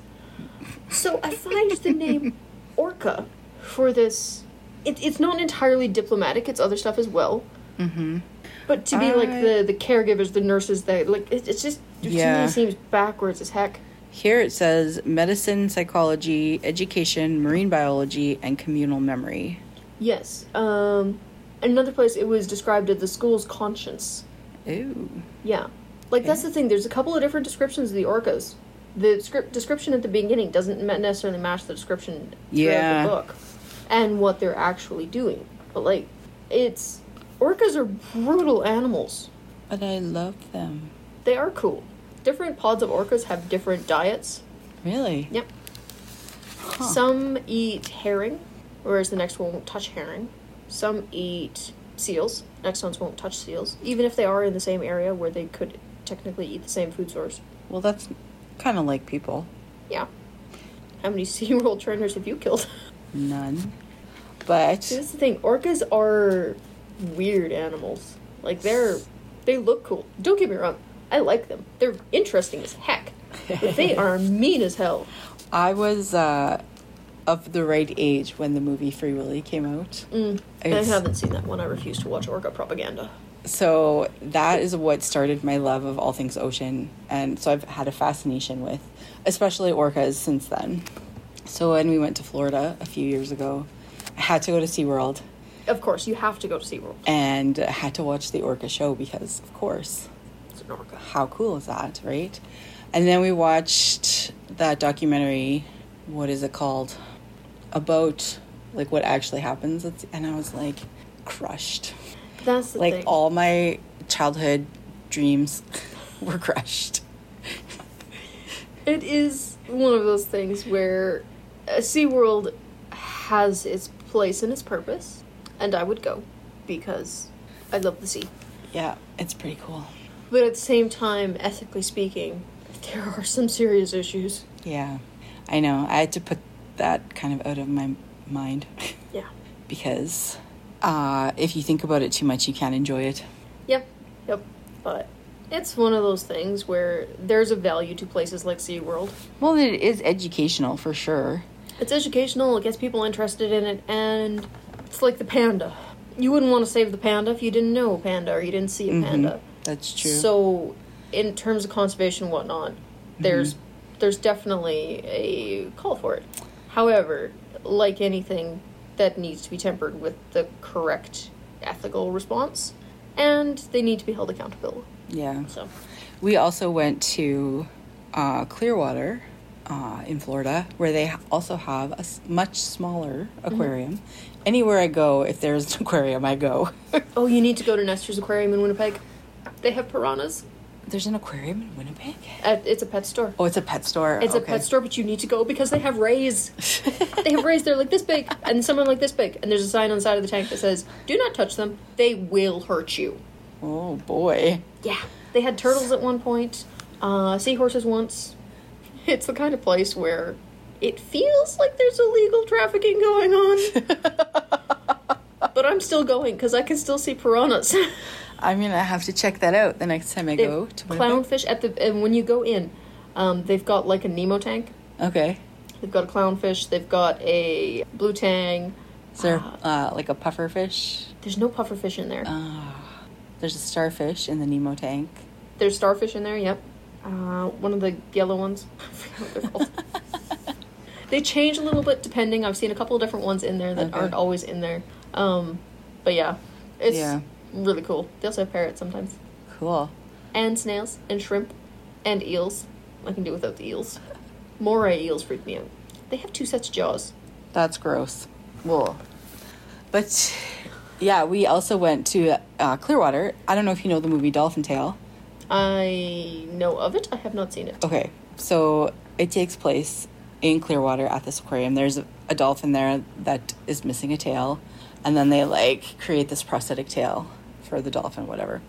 [SPEAKER 1] So I find the name Orca for this. It, it's not entirely diplomatic, it's other stuff as well.
[SPEAKER 2] hmm
[SPEAKER 1] But to be like
[SPEAKER 2] I-
[SPEAKER 1] the, the caregivers, the nurses, that like it, it's just to
[SPEAKER 2] Yeah.
[SPEAKER 1] me seems backwards as heck.
[SPEAKER 2] Here it says medicine, psychology, education, marine biology, and communal memory.
[SPEAKER 1] Yes. Um, another place it was described as the school's conscience.
[SPEAKER 2] Ooh.
[SPEAKER 1] Yeah. Like, that's the thing. There's a couple of different descriptions of the orcas. The script description at the beginning doesn't ma- necessarily match the description throughout
[SPEAKER 2] Yeah.
[SPEAKER 1] the book and what they're actually doing. But, like, it's. Orcas are brutal animals.
[SPEAKER 2] But I love them.
[SPEAKER 1] They are cool. Different pods of orcas have different diets.
[SPEAKER 2] Really?
[SPEAKER 1] Yep.
[SPEAKER 2] Huh.
[SPEAKER 1] Some eat herring, whereas the next one won't touch herring. Some eat seals, next ones won't touch seals, even if they are in the same area where they could technically eat the same food source.
[SPEAKER 2] Well, that's kind of like people.
[SPEAKER 1] Yeah. How many SeaWorld trainers have you killed?
[SPEAKER 2] None. But
[SPEAKER 1] See, that's the thing. Orcas are weird animals. Like, they're. They look cool. Don't get me wrong. I like them. They're interesting as heck. But they are mean as hell.
[SPEAKER 2] I was uh, of the right age when the movie Free Willy came out.
[SPEAKER 1] Mm. I
[SPEAKER 2] It's-
[SPEAKER 1] haven't seen that one. I refuse to watch orca propaganda.
[SPEAKER 2] So that is what started my love of all things ocean. And so I've had a fascination with, especially orcas since then. So when we went to Florida a few years ago, I had to go to SeaWorld
[SPEAKER 1] Of course, you have to go to SeaWorld.
[SPEAKER 2] and I had to watch the orca show because, of course,
[SPEAKER 1] It's an orca.
[SPEAKER 2] how cool is that, right? And then we watched that documentary, what is it called? About like what actually happens. It's- And I was like crushed.
[SPEAKER 1] That's the
[SPEAKER 2] like
[SPEAKER 1] thing.
[SPEAKER 2] all my childhood dreams were crushed.
[SPEAKER 1] It is one of those things where uh, SeaWorld has its place and its purpose, and I would go because I love the sea.
[SPEAKER 2] Yeah, it's pretty cool.
[SPEAKER 1] But at the same time, ethically speaking, there are some serious issues.
[SPEAKER 2] Yeah, I know. I had to put that kind of out of my mind
[SPEAKER 1] Yeah.
[SPEAKER 2] because uh, if you think about it too much, you can't enjoy it.
[SPEAKER 1] Yep. Yep. But it's one of those things where there's a value to places like SeaWorld.
[SPEAKER 2] Well, it is educational for sure.
[SPEAKER 1] It's educational, it gets people interested in it, and it's like the panda. You wouldn't want to save the panda if you didn't know a panda or you didn't see a
[SPEAKER 2] Mm-hmm.
[SPEAKER 1] panda.
[SPEAKER 2] That's true.
[SPEAKER 1] So, in terms of conservation and whatnot,
[SPEAKER 2] Mm-hmm.
[SPEAKER 1] there's there's definitely a call for it. However, like anything, that needs to be tempered with the correct ethical response, and they need to be held accountable.
[SPEAKER 2] yeah.
[SPEAKER 1] So,
[SPEAKER 2] We also went to uh, Clearwater uh, in Florida, where they ha- also have a s- much smaller
[SPEAKER 1] Mm-hmm.
[SPEAKER 2] aquarium. Anywhere I go, if there's an aquarium, I go.
[SPEAKER 1] oh, you need to go to Nestor's Aquarium in Winnipeg. They have piranhas.
[SPEAKER 2] there's an aquarium in Winnipeg?
[SPEAKER 1] Uh, It's a pet store.
[SPEAKER 2] Oh, it's a pet store.
[SPEAKER 1] It's a
[SPEAKER 2] Okay.
[SPEAKER 1] pet store, but you need to go because they have rays. they have rays. They're like this big, and some are like this big. And there's a sign on the side of the tank that says, "Do not touch them. They will hurt you."
[SPEAKER 2] Oh, boy.
[SPEAKER 1] Yeah, they had turtles at one point, uh, seahorses once. It's the kind of place where it feels like there's illegal trafficking going on, but I'm still going because I can still see piranhas.
[SPEAKER 2] I'm going to have to check that out the next time I
[SPEAKER 1] They've
[SPEAKER 2] go to Winnipeg.
[SPEAKER 1] clownfish at the and when you go in, um, they've got like a Nemo tank.
[SPEAKER 2] Okay.
[SPEAKER 1] They've got a clownfish. They've got a blue tang.
[SPEAKER 2] Is there
[SPEAKER 1] Ah.
[SPEAKER 2] uh, like a puffer fish? Ah.
[SPEAKER 1] There's no pufferfish in there.
[SPEAKER 2] There's a starfish in the Nemo tank.
[SPEAKER 1] There's starfish in there. Yep. Uh, one of the yellow ones. I forget what they're called. they change a little bit depending. I've seen a couple of different ones in there that
[SPEAKER 2] Okay.
[SPEAKER 1] aren't always in there. Um, but yeah, it's
[SPEAKER 2] Yeah.
[SPEAKER 1] really cool. They also have parrots sometimes,
[SPEAKER 2] Cool.
[SPEAKER 1] and snails, and shrimp, and eels. I can do without the eels. Moray eels freak me out. They have two sets of jaws.
[SPEAKER 2] That's gross. Well, but yeah, we also went to uh, Clearwater. I don't know if you know the movie Dolphin Tale.
[SPEAKER 1] I know of it. I have not seen it.
[SPEAKER 2] Okay, so it takes place in Clearwater at this aquarium. There's a, a dolphin there that is missing a tail, and then they like create this prosthetic tail for the dolphin, whatever.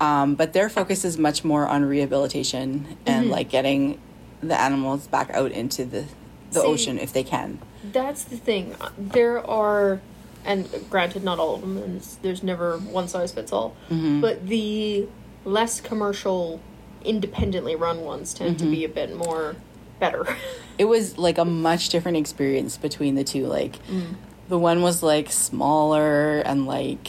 [SPEAKER 2] Um, but their focus is much more on rehabilitation and like getting the animals back out into the the
[SPEAKER 1] See-
[SPEAKER 2] ocean if they can.
[SPEAKER 1] That's the thing. There are, and granted, not all of them, and it's, there's never one size fits all,
[SPEAKER 2] Mm-hmm.
[SPEAKER 1] but the less commercial, independently run ones tend
[SPEAKER 2] Mm-hmm.
[SPEAKER 1] to be a bit more better.
[SPEAKER 2] it was like a much different experience between the two like
[SPEAKER 1] Mm.
[SPEAKER 2] the one was like smaller and like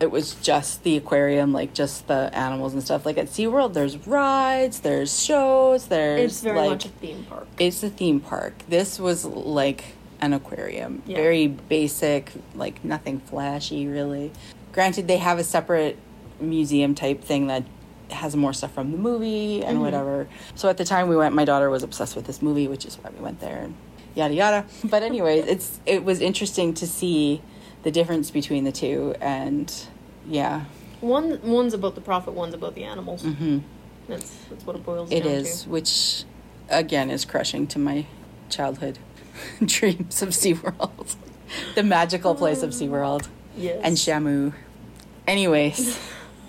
[SPEAKER 2] it was just the aquarium like just the animals and stuff like at SeaWorld there's rides there's shows there's
[SPEAKER 1] it's very
[SPEAKER 2] like
[SPEAKER 1] much a theme park.
[SPEAKER 2] it's a theme park this was like an aquarium
[SPEAKER 1] Yeah.
[SPEAKER 2] very basic like nothing flashy really granted they have a separate museum type thing that has more stuff from the movie and whatever so at the time we went my daughter was obsessed with this movie which is why we went there and yada yada but anyways it's it was interesting to see the difference between the two and yeah
[SPEAKER 1] One one's about the profit, one's about the animals. Mm-hmm. That's that's what it boils
[SPEAKER 2] It
[SPEAKER 1] down
[SPEAKER 2] is,
[SPEAKER 1] to.
[SPEAKER 2] which again is crushing to my childhood dreams of SeaWorld. the magical place of SeaWorld.
[SPEAKER 1] Yes.
[SPEAKER 2] And Shamu. Anyways,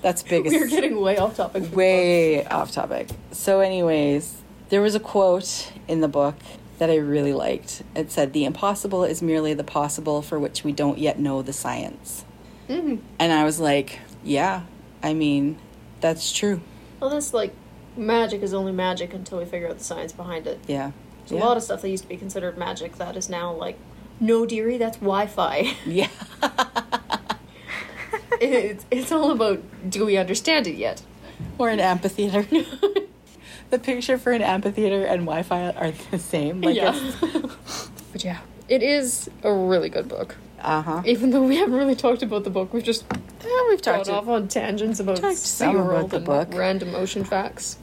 [SPEAKER 2] that's big.
[SPEAKER 1] We're getting way off topic. from
[SPEAKER 2] way off topic. So, anyways, there was a quote in the book that I really liked. It said, The impossible is merely the possible for which we don't yet know the science.
[SPEAKER 1] Mm-hmm.
[SPEAKER 2] And I was like, Yeah, I mean, that's true.
[SPEAKER 1] Well, that's like magic is only magic until we figure out the science behind it.
[SPEAKER 2] Yeah.
[SPEAKER 1] There's
[SPEAKER 2] yeah.
[SPEAKER 1] a lot of stuff that used to be considered magic that is now like, no, dearie, that's Wi Fi.
[SPEAKER 2] Yeah.
[SPEAKER 1] it's, it's all about do we understand it yet?
[SPEAKER 2] Or an amphitheater. the picture for an amphitheater and Wi Fi are the same. Like
[SPEAKER 1] yeah. but yeah, it is a really good book.
[SPEAKER 2] Uh huh.
[SPEAKER 1] Even though we haven't really talked about the book, we've just gone
[SPEAKER 2] we've talked
[SPEAKER 1] off on tangents about
[SPEAKER 2] talked some about
[SPEAKER 1] SeaWorld
[SPEAKER 2] the
[SPEAKER 1] and
[SPEAKER 2] book.
[SPEAKER 1] random ocean facts.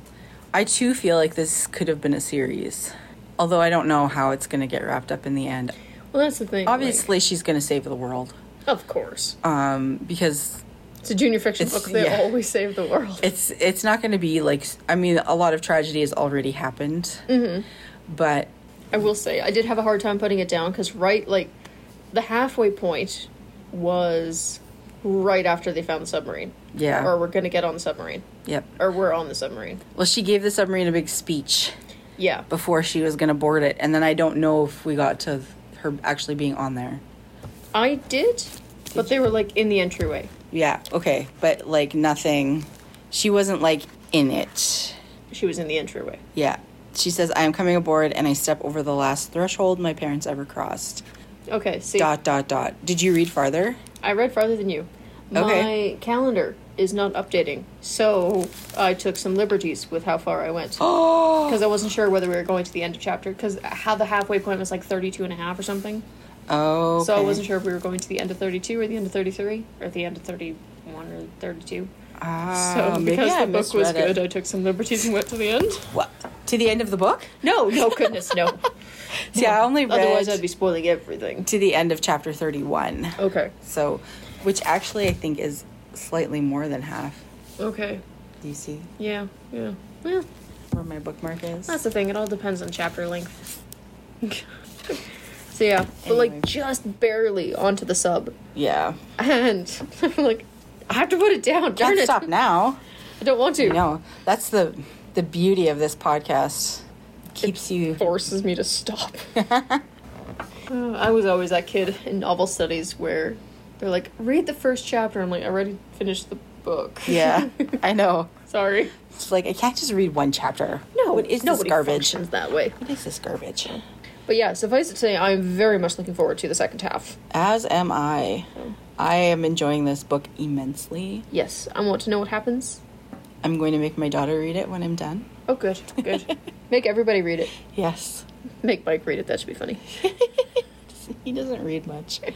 [SPEAKER 2] I too feel like this could have been a series. Although I don't know how it's going to get wrapped up in the end.
[SPEAKER 1] Well, that's the thing. like-
[SPEAKER 2] Obviously, she's going to save the world.
[SPEAKER 1] of course.
[SPEAKER 2] Um, because
[SPEAKER 1] It's a junior fiction
[SPEAKER 2] It's-
[SPEAKER 1] book. They
[SPEAKER 2] yeah.
[SPEAKER 1] always save the world.
[SPEAKER 2] it's it's not going to be like I mean a lot of tragedy has already happened, mm-hmm. but
[SPEAKER 1] I will say I did have a hard time putting it down because right like the halfway point was right after they found the submarine.
[SPEAKER 2] Yeah.
[SPEAKER 1] Or we're gonna get on the submarine.
[SPEAKER 2] yep.
[SPEAKER 1] Or we're on the submarine.
[SPEAKER 2] Well, she gave the submarine a big speech
[SPEAKER 1] Yeah.
[SPEAKER 2] before she was going to board it, and then I don't know if we got to her actually being on there.
[SPEAKER 1] I did, but they were like in the entryway.
[SPEAKER 2] Yeah, okay, but like nothing. She wasn't like in it.
[SPEAKER 1] She was in the entryway.
[SPEAKER 2] Yeah. She says, I am coming aboard and I step over the last threshold my parents ever crossed.
[SPEAKER 1] Okay, see
[SPEAKER 2] Dot, dot, dot. Did you read farther?
[SPEAKER 1] I read farther than you.
[SPEAKER 2] Okay.
[SPEAKER 1] My calendar is not updating, so I took some liberties with how far I went.
[SPEAKER 2] Oh!
[SPEAKER 1] Because I wasn't sure whether we were going to the end of chapter, because how the halfway point was like 32 and a half or something.
[SPEAKER 2] Oh.
[SPEAKER 1] So I wasn't sure if we were going to the end of 32 or the end of 33 or the end of 31 or 32.
[SPEAKER 2] Ah,
[SPEAKER 1] so
[SPEAKER 2] maybe
[SPEAKER 1] because
[SPEAKER 2] I
[SPEAKER 1] the book was
[SPEAKER 2] misread it.
[SPEAKER 1] good, I took some liberties and went to the end.
[SPEAKER 2] What? To the end of the book?
[SPEAKER 1] No, no, goodness, no.
[SPEAKER 2] See, I only read
[SPEAKER 1] Otherwise, I'd be spoiling everything.
[SPEAKER 2] to the end of chapter 31.
[SPEAKER 1] Okay.
[SPEAKER 2] So, which actually I think is slightly more than half.
[SPEAKER 1] Okay.
[SPEAKER 2] Do you see
[SPEAKER 1] Yeah. Yeah. Yeah.
[SPEAKER 2] where my bookmark is?
[SPEAKER 1] That's the thing. It all depends on chapter length. so yeah, but
[SPEAKER 2] Anyway.
[SPEAKER 1] like just barely onto the sub,
[SPEAKER 2] yeah.
[SPEAKER 1] and like I have to put it down. Darn
[SPEAKER 2] Gotta
[SPEAKER 1] it!
[SPEAKER 2] stop now.
[SPEAKER 1] I don't want to.
[SPEAKER 2] You know, that's the the beauty of this podcast. Keeps you
[SPEAKER 1] forces me to stop. Uh, I was always that kid in novel studies where they're like, read the first chapter. I'm like, I already finished the book.
[SPEAKER 2] Yeah, I know.
[SPEAKER 1] Sorry.
[SPEAKER 2] It's like I can't just read one chapter.
[SPEAKER 1] No,
[SPEAKER 2] what is this
[SPEAKER 1] nobody
[SPEAKER 2] garbage?
[SPEAKER 1] functions that way.
[SPEAKER 2] What is this garbage?
[SPEAKER 1] But yeah, suffice it to say, I'm very much looking forward to the second half.
[SPEAKER 2] As am I. I am enjoying this book immensely.
[SPEAKER 1] Yes, I want to know what happens.
[SPEAKER 2] I'm going to make my daughter read it when I'm done.
[SPEAKER 1] Oh, good, good. Make everybody read it.
[SPEAKER 2] Yes.
[SPEAKER 1] Make Mike read it. That should be funny.
[SPEAKER 2] He doesn't read much.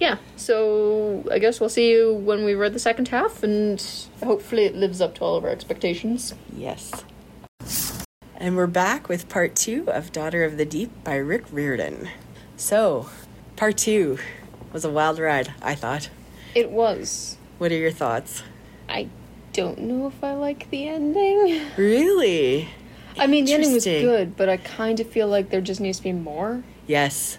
[SPEAKER 1] Yeah, so I guess we'll see you when we read the second half, and hopefully it lives up to all of our expectations.
[SPEAKER 2] Yes. And we're back with part two of Daughter of the Deep by Rick Riordan. So, part two was a wild ride, I thought.
[SPEAKER 1] It was.
[SPEAKER 2] What are your thoughts?
[SPEAKER 1] I don't know if I like the ending.
[SPEAKER 2] Really?
[SPEAKER 1] I mean, the ending was
[SPEAKER 2] Interesting.
[SPEAKER 1] good, but I kind of feel like there just needs to be more.
[SPEAKER 2] Yes.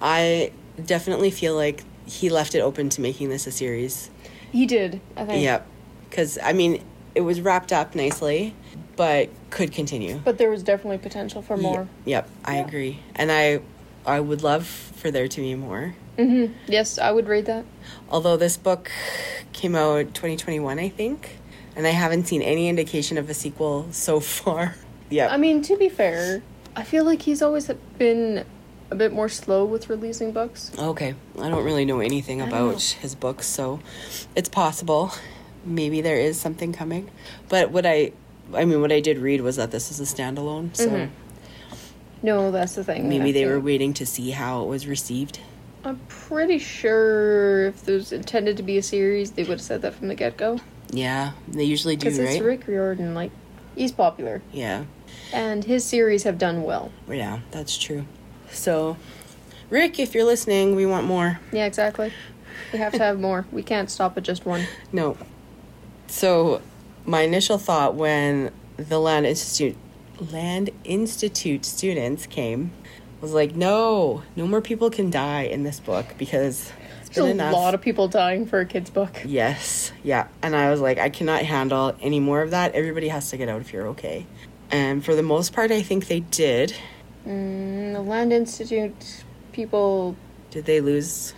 [SPEAKER 2] I definitely feel like he left it open to making this a series.
[SPEAKER 1] He did, I think.
[SPEAKER 2] Yep. Because, I mean, it was wrapped up nicely, but could continue.
[SPEAKER 1] But there was definitely potential for
[SPEAKER 2] Ye-
[SPEAKER 1] more.
[SPEAKER 2] Yep, I
[SPEAKER 1] Yeah.
[SPEAKER 2] agree. And I I would love for there to be more.
[SPEAKER 1] Mm-hmm. Yes, I would read that.
[SPEAKER 2] Although this book came out 2021, I think, and I haven't seen any indication of a sequel so far. Yeah.
[SPEAKER 1] I mean, to be fair, I feel like he's always been a bit more slow with releasing books.
[SPEAKER 2] okay. I don't really know anything
[SPEAKER 1] don't know.
[SPEAKER 2] about his books, so it's possible maybe there is something coming. But what I I mean, what I did read was that this is a standalone, so
[SPEAKER 1] Mm-hmm. No, that's the thing.
[SPEAKER 2] maybe
[SPEAKER 1] I
[SPEAKER 2] they were
[SPEAKER 1] think-
[SPEAKER 2] waiting to see how it was received.
[SPEAKER 1] I'm pretty sure if there was intended to be a series, they would have said that from the get go.
[SPEAKER 2] Yeah, they usually do,
[SPEAKER 1] Because
[SPEAKER 2] right?
[SPEAKER 1] it's Rick Riordan, like, he's popular.
[SPEAKER 2] Yeah.
[SPEAKER 1] And his series have done well.
[SPEAKER 2] Yeah, that's true. So, Rick, if you're listening, we want more.
[SPEAKER 1] Yeah, exactly. We have to have more. We can't stop at just one.
[SPEAKER 2] No. So, my initial thought when the Land Institute Land Institute students came was like, no, no more people can die in this book because it's
[SPEAKER 1] There's
[SPEAKER 2] been
[SPEAKER 1] a
[SPEAKER 2] enough.
[SPEAKER 1] lot of people dying for a kid's book.
[SPEAKER 2] yes, yeah. And I was like, I cannot handle any more of that. Everybody has to get out if you're okay. And for the most part, I think they did.
[SPEAKER 1] Mm, the Land Institute people.
[SPEAKER 2] Did they lose?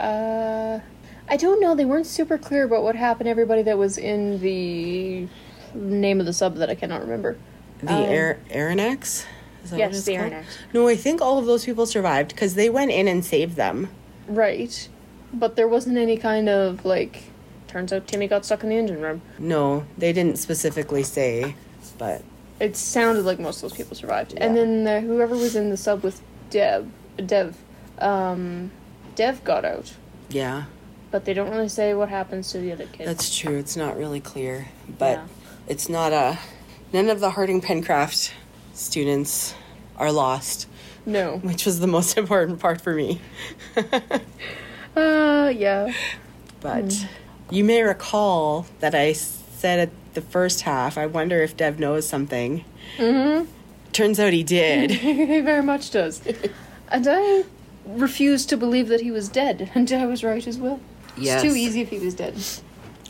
[SPEAKER 1] Uh, I don't know. They weren't super clear about what happened. to Everybody that was in the name of the sub that I cannot remember.
[SPEAKER 2] The
[SPEAKER 1] Um,
[SPEAKER 2] Air Aranax? Is that
[SPEAKER 1] Yes, the
[SPEAKER 2] called?
[SPEAKER 1] Aranax.
[SPEAKER 2] No, I think all of those people survived because they went in and saved them.
[SPEAKER 1] Right. But there wasn't any kind of like turns out Timmy got stuck in the engine room.
[SPEAKER 2] No, they didn't specifically say, but
[SPEAKER 1] It sounded like most of those people survived. And
[SPEAKER 2] Yeah.
[SPEAKER 1] then the, whoever was in the sub with Deb Dev um Dev got out.
[SPEAKER 2] yeah,
[SPEAKER 1] But they don't really say what happens to the other kid.
[SPEAKER 2] that's true. It's not really clear, but
[SPEAKER 1] Yeah.
[SPEAKER 2] it's not a. None of the Harding Pencraft students are lost,
[SPEAKER 1] no.
[SPEAKER 2] which was the most important part for me.
[SPEAKER 1] Uh yeah.
[SPEAKER 2] But you may recall that I said at the first half, I wonder if Dev knows something. Mm-hmm. Turns out he did.
[SPEAKER 1] he very much does. and I refused to believe that he was dead, and I was right as well.
[SPEAKER 2] Yes.
[SPEAKER 1] It's too easy if he was dead.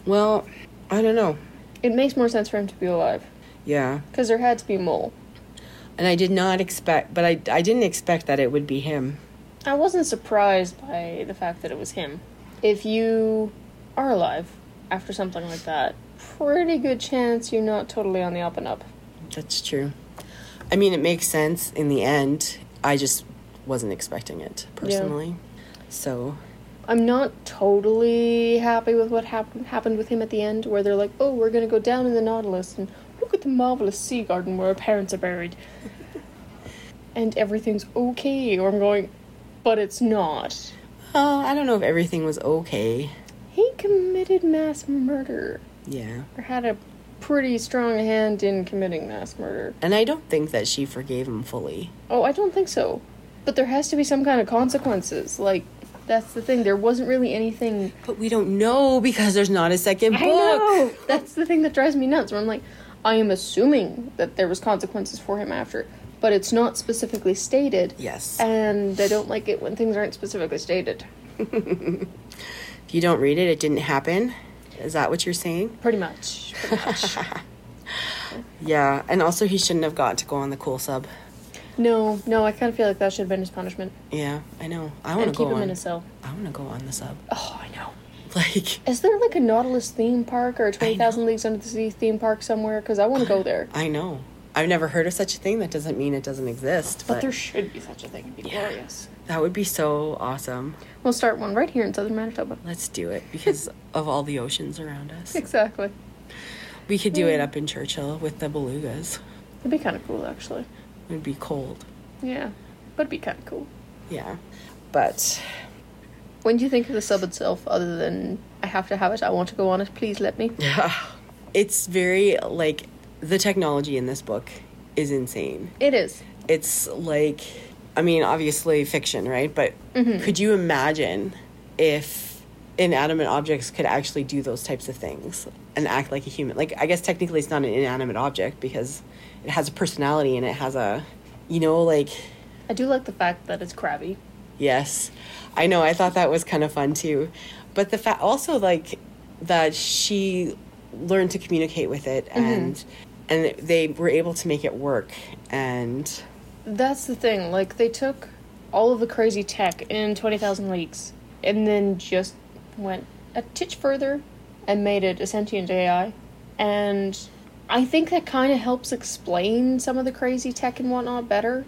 [SPEAKER 2] Well, I don't know.
[SPEAKER 1] It makes more sense for him to be alive.
[SPEAKER 2] Yeah.
[SPEAKER 1] Because there had to be mole.
[SPEAKER 2] And I did not expect, but I, I didn't expect that it would be him.
[SPEAKER 1] I wasn't surprised by the fact that it was him. If you are alive after something like that, pretty good chance you're not totally on the up and up.
[SPEAKER 2] That's true. I mean, it makes sense in the end. I just wasn't expecting it personally. So,
[SPEAKER 1] I'm not totally happy with what happened happened with him at the end, where they're like, "Oh, we're gonna go down in the Nautilus and look at the marvelous sea garden where our parents are buried," and everything's okay. Or I'm going, but it's not.
[SPEAKER 2] oh, I don't know if everything was okay.
[SPEAKER 1] He committed mass murder.
[SPEAKER 2] Yeah.
[SPEAKER 1] or had a pretty strong hand in committing mass murder.
[SPEAKER 2] And I don't think that she forgave him fully.
[SPEAKER 1] Oh, I don't think so. But there has to be some kind of consequences. Like, that's the thing. There wasn't really anything.
[SPEAKER 2] But we don't know because there's not a second book.
[SPEAKER 1] That's the thing that drives me nuts. Where I'm like, I am assuming that there was consequences for him after, but it's not specifically stated.
[SPEAKER 2] Yes.
[SPEAKER 1] And I don't like it when things aren't specifically stated.
[SPEAKER 2] If you don't read it, it didn't happen. Is that what you're saying?
[SPEAKER 1] Pretty much. Pretty much.
[SPEAKER 2] Yeah. And also, he shouldn't have got to go on the cool sub.
[SPEAKER 1] no, no. I kind of feel like that should have been his punishment.
[SPEAKER 2] Yeah, I know. I want
[SPEAKER 1] And
[SPEAKER 2] to go
[SPEAKER 1] keep him
[SPEAKER 2] on.
[SPEAKER 1] in a cell.
[SPEAKER 2] I want to go on the sub.
[SPEAKER 1] Oh, I know.
[SPEAKER 2] Like,
[SPEAKER 1] Is there like a Nautilus theme park or a 20,000 Leagues Under the Sea theme park somewhere? Because I want to go there.
[SPEAKER 2] I know. I've never heard of such a thing. That doesn't mean it doesn't exist.
[SPEAKER 3] But there should be such a thing. It'd be
[SPEAKER 2] Yeah.
[SPEAKER 3] glorious.
[SPEAKER 2] that would be so awesome.
[SPEAKER 1] We'll start one right here in southern Manitoba.
[SPEAKER 2] Let's do it because of all the oceans around us.
[SPEAKER 1] Exactly.
[SPEAKER 2] We could do it up in Churchill with the belugas.
[SPEAKER 1] It'd be kind of cool, actually.
[SPEAKER 2] It'd be cold.
[SPEAKER 1] Yeah, but it'd be kind of cool.
[SPEAKER 2] Yeah. But
[SPEAKER 1] When do you think of the sub itself, other than I have to have it, I want to go on it, please let me?
[SPEAKER 2] it's very like the technology in this book is insane.
[SPEAKER 1] It is.
[SPEAKER 2] It's like I mean, obviously fiction, right? But could you imagine if inanimate objects could actually do those types of things and act like a human? Like I guess technically it's not an inanimate object because it has a personality and it has a you know like
[SPEAKER 1] I do like the fact that it's crabby.
[SPEAKER 2] Yes. I know. I thought that was kind of fun too. But the fact also like that she learned to communicate with it and and they were able to make it work and
[SPEAKER 1] That's the thing. Like, they took all of the crazy tech in 20,000 Leagues and then just went a titch further and made it a sentient AI. And I think that kind of helps explain some of the crazy tech and whatnot better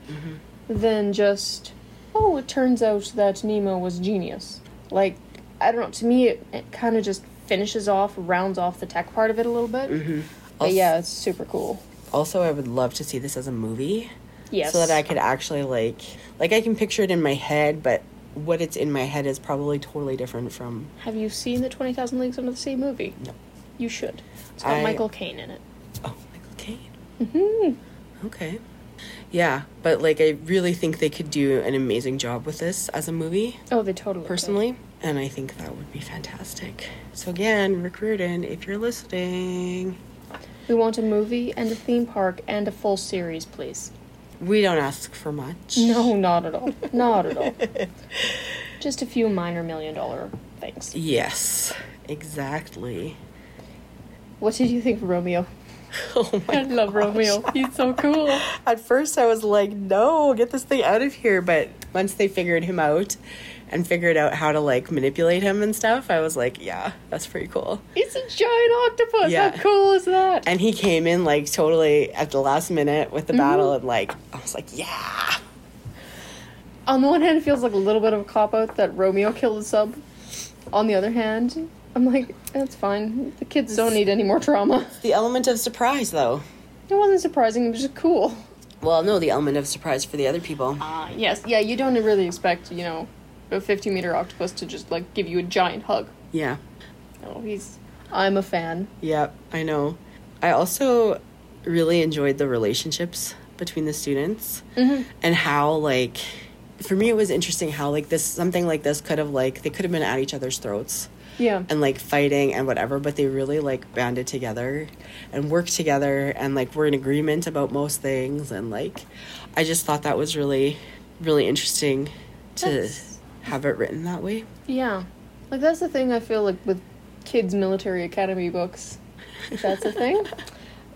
[SPEAKER 1] than just, oh, it turns out that Nemo was genius. Like, I don't know. To me, it, it kind of just finishes off, rounds off the tech part of it a little bit. But
[SPEAKER 2] Also-
[SPEAKER 1] yeah, it's super cool.
[SPEAKER 2] also I would love to see this as a movie.
[SPEAKER 1] Yes.
[SPEAKER 2] So that I could actually like like I can picture it in my head, but what it's in my head is probably totally different from
[SPEAKER 1] Have you seen the 20,000 Leagues Under the Sea movie?
[SPEAKER 2] no.
[SPEAKER 1] You should. It's got
[SPEAKER 2] I-
[SPEAKER 1] Michael Caine in it.
[SPEAKER 2] Oh, Michael Caine. Mm-hmm. Okay. Yeah, but like I really think they could do an amazing job with this as a movie.
[SPEAKER 1] Oh, they totally.
[SPEAKER 2] personally, and I think that would be fantastic. So again, Rick Riordan, if you're listening,
[SPEAKER 1] did. We want a movie and a theme park and a full series, please.
[SPEAKER 2] we don't ask for much.
[SPEAKER 1] No, not at all. Not at all. Just a few minor million dollar things.
[SPEAKER 2] Yes, exactly.
[SPEAKER 1] What did you think of Romeo?
[SPEAKER 2] Oh
[SPEAKER 1] I
[SPEAKER 2] my!
[SPEAKER 1] love Romeo. He's so cool.
[SPEAKER 2] At first, I was like, "No, get this thing out of here!" But once they figured him out and figured out how to like manipulate him and stuff, I was like, "Yeah, that's pretty cool."
[SPEAKER 1] It's a giant octopus.
[SPEAKER 2] Yeah.
[SPEAKER 1] How cool is that?
[SPEAKER 2] And he came in like totally at the last minute with the battle, and like I was like, "Yeah."
[SPEAKER 1] On the one hand, it feels like a little bit of a cop out that Romeo killed the sub. On the other hand, I'm like, that's fine. The kids don't need any more trauma.
[SPEAKER 2] The element of surprise, though.
[SPEAKER 1] It wasn't surprising. It was just cool.
[SPEAKER 2] Well, no, the element of surprise for the other people.
[SPEAKER 1] Uh, yes, yeah, you don't really expect, you know, a 50 meter octopus to just, like, give you a giant hug.
[SPEAKER 2] Yeah.
[SPEAKER 1] No, he's. I'm a fan.
[SPEAKER 2] Yep, I know. I also really enjoyed the relationships between the students and how like for me it was interesting how like this something like this could have like they could have been at each other's throats
[SPEAKER 1] Yeah.
[SPEAKER 2] and like fighting and whatever but they really like banded together and worked together and like were in agreement about most things and like I just thought that was really really interesting to
[SPEAKER 1] That's-
[SPEAKER 2] have it written that way.
[SPEAKER 1] yeah. Like, that's the thing I feel like with kids' military academy books. That's a thing.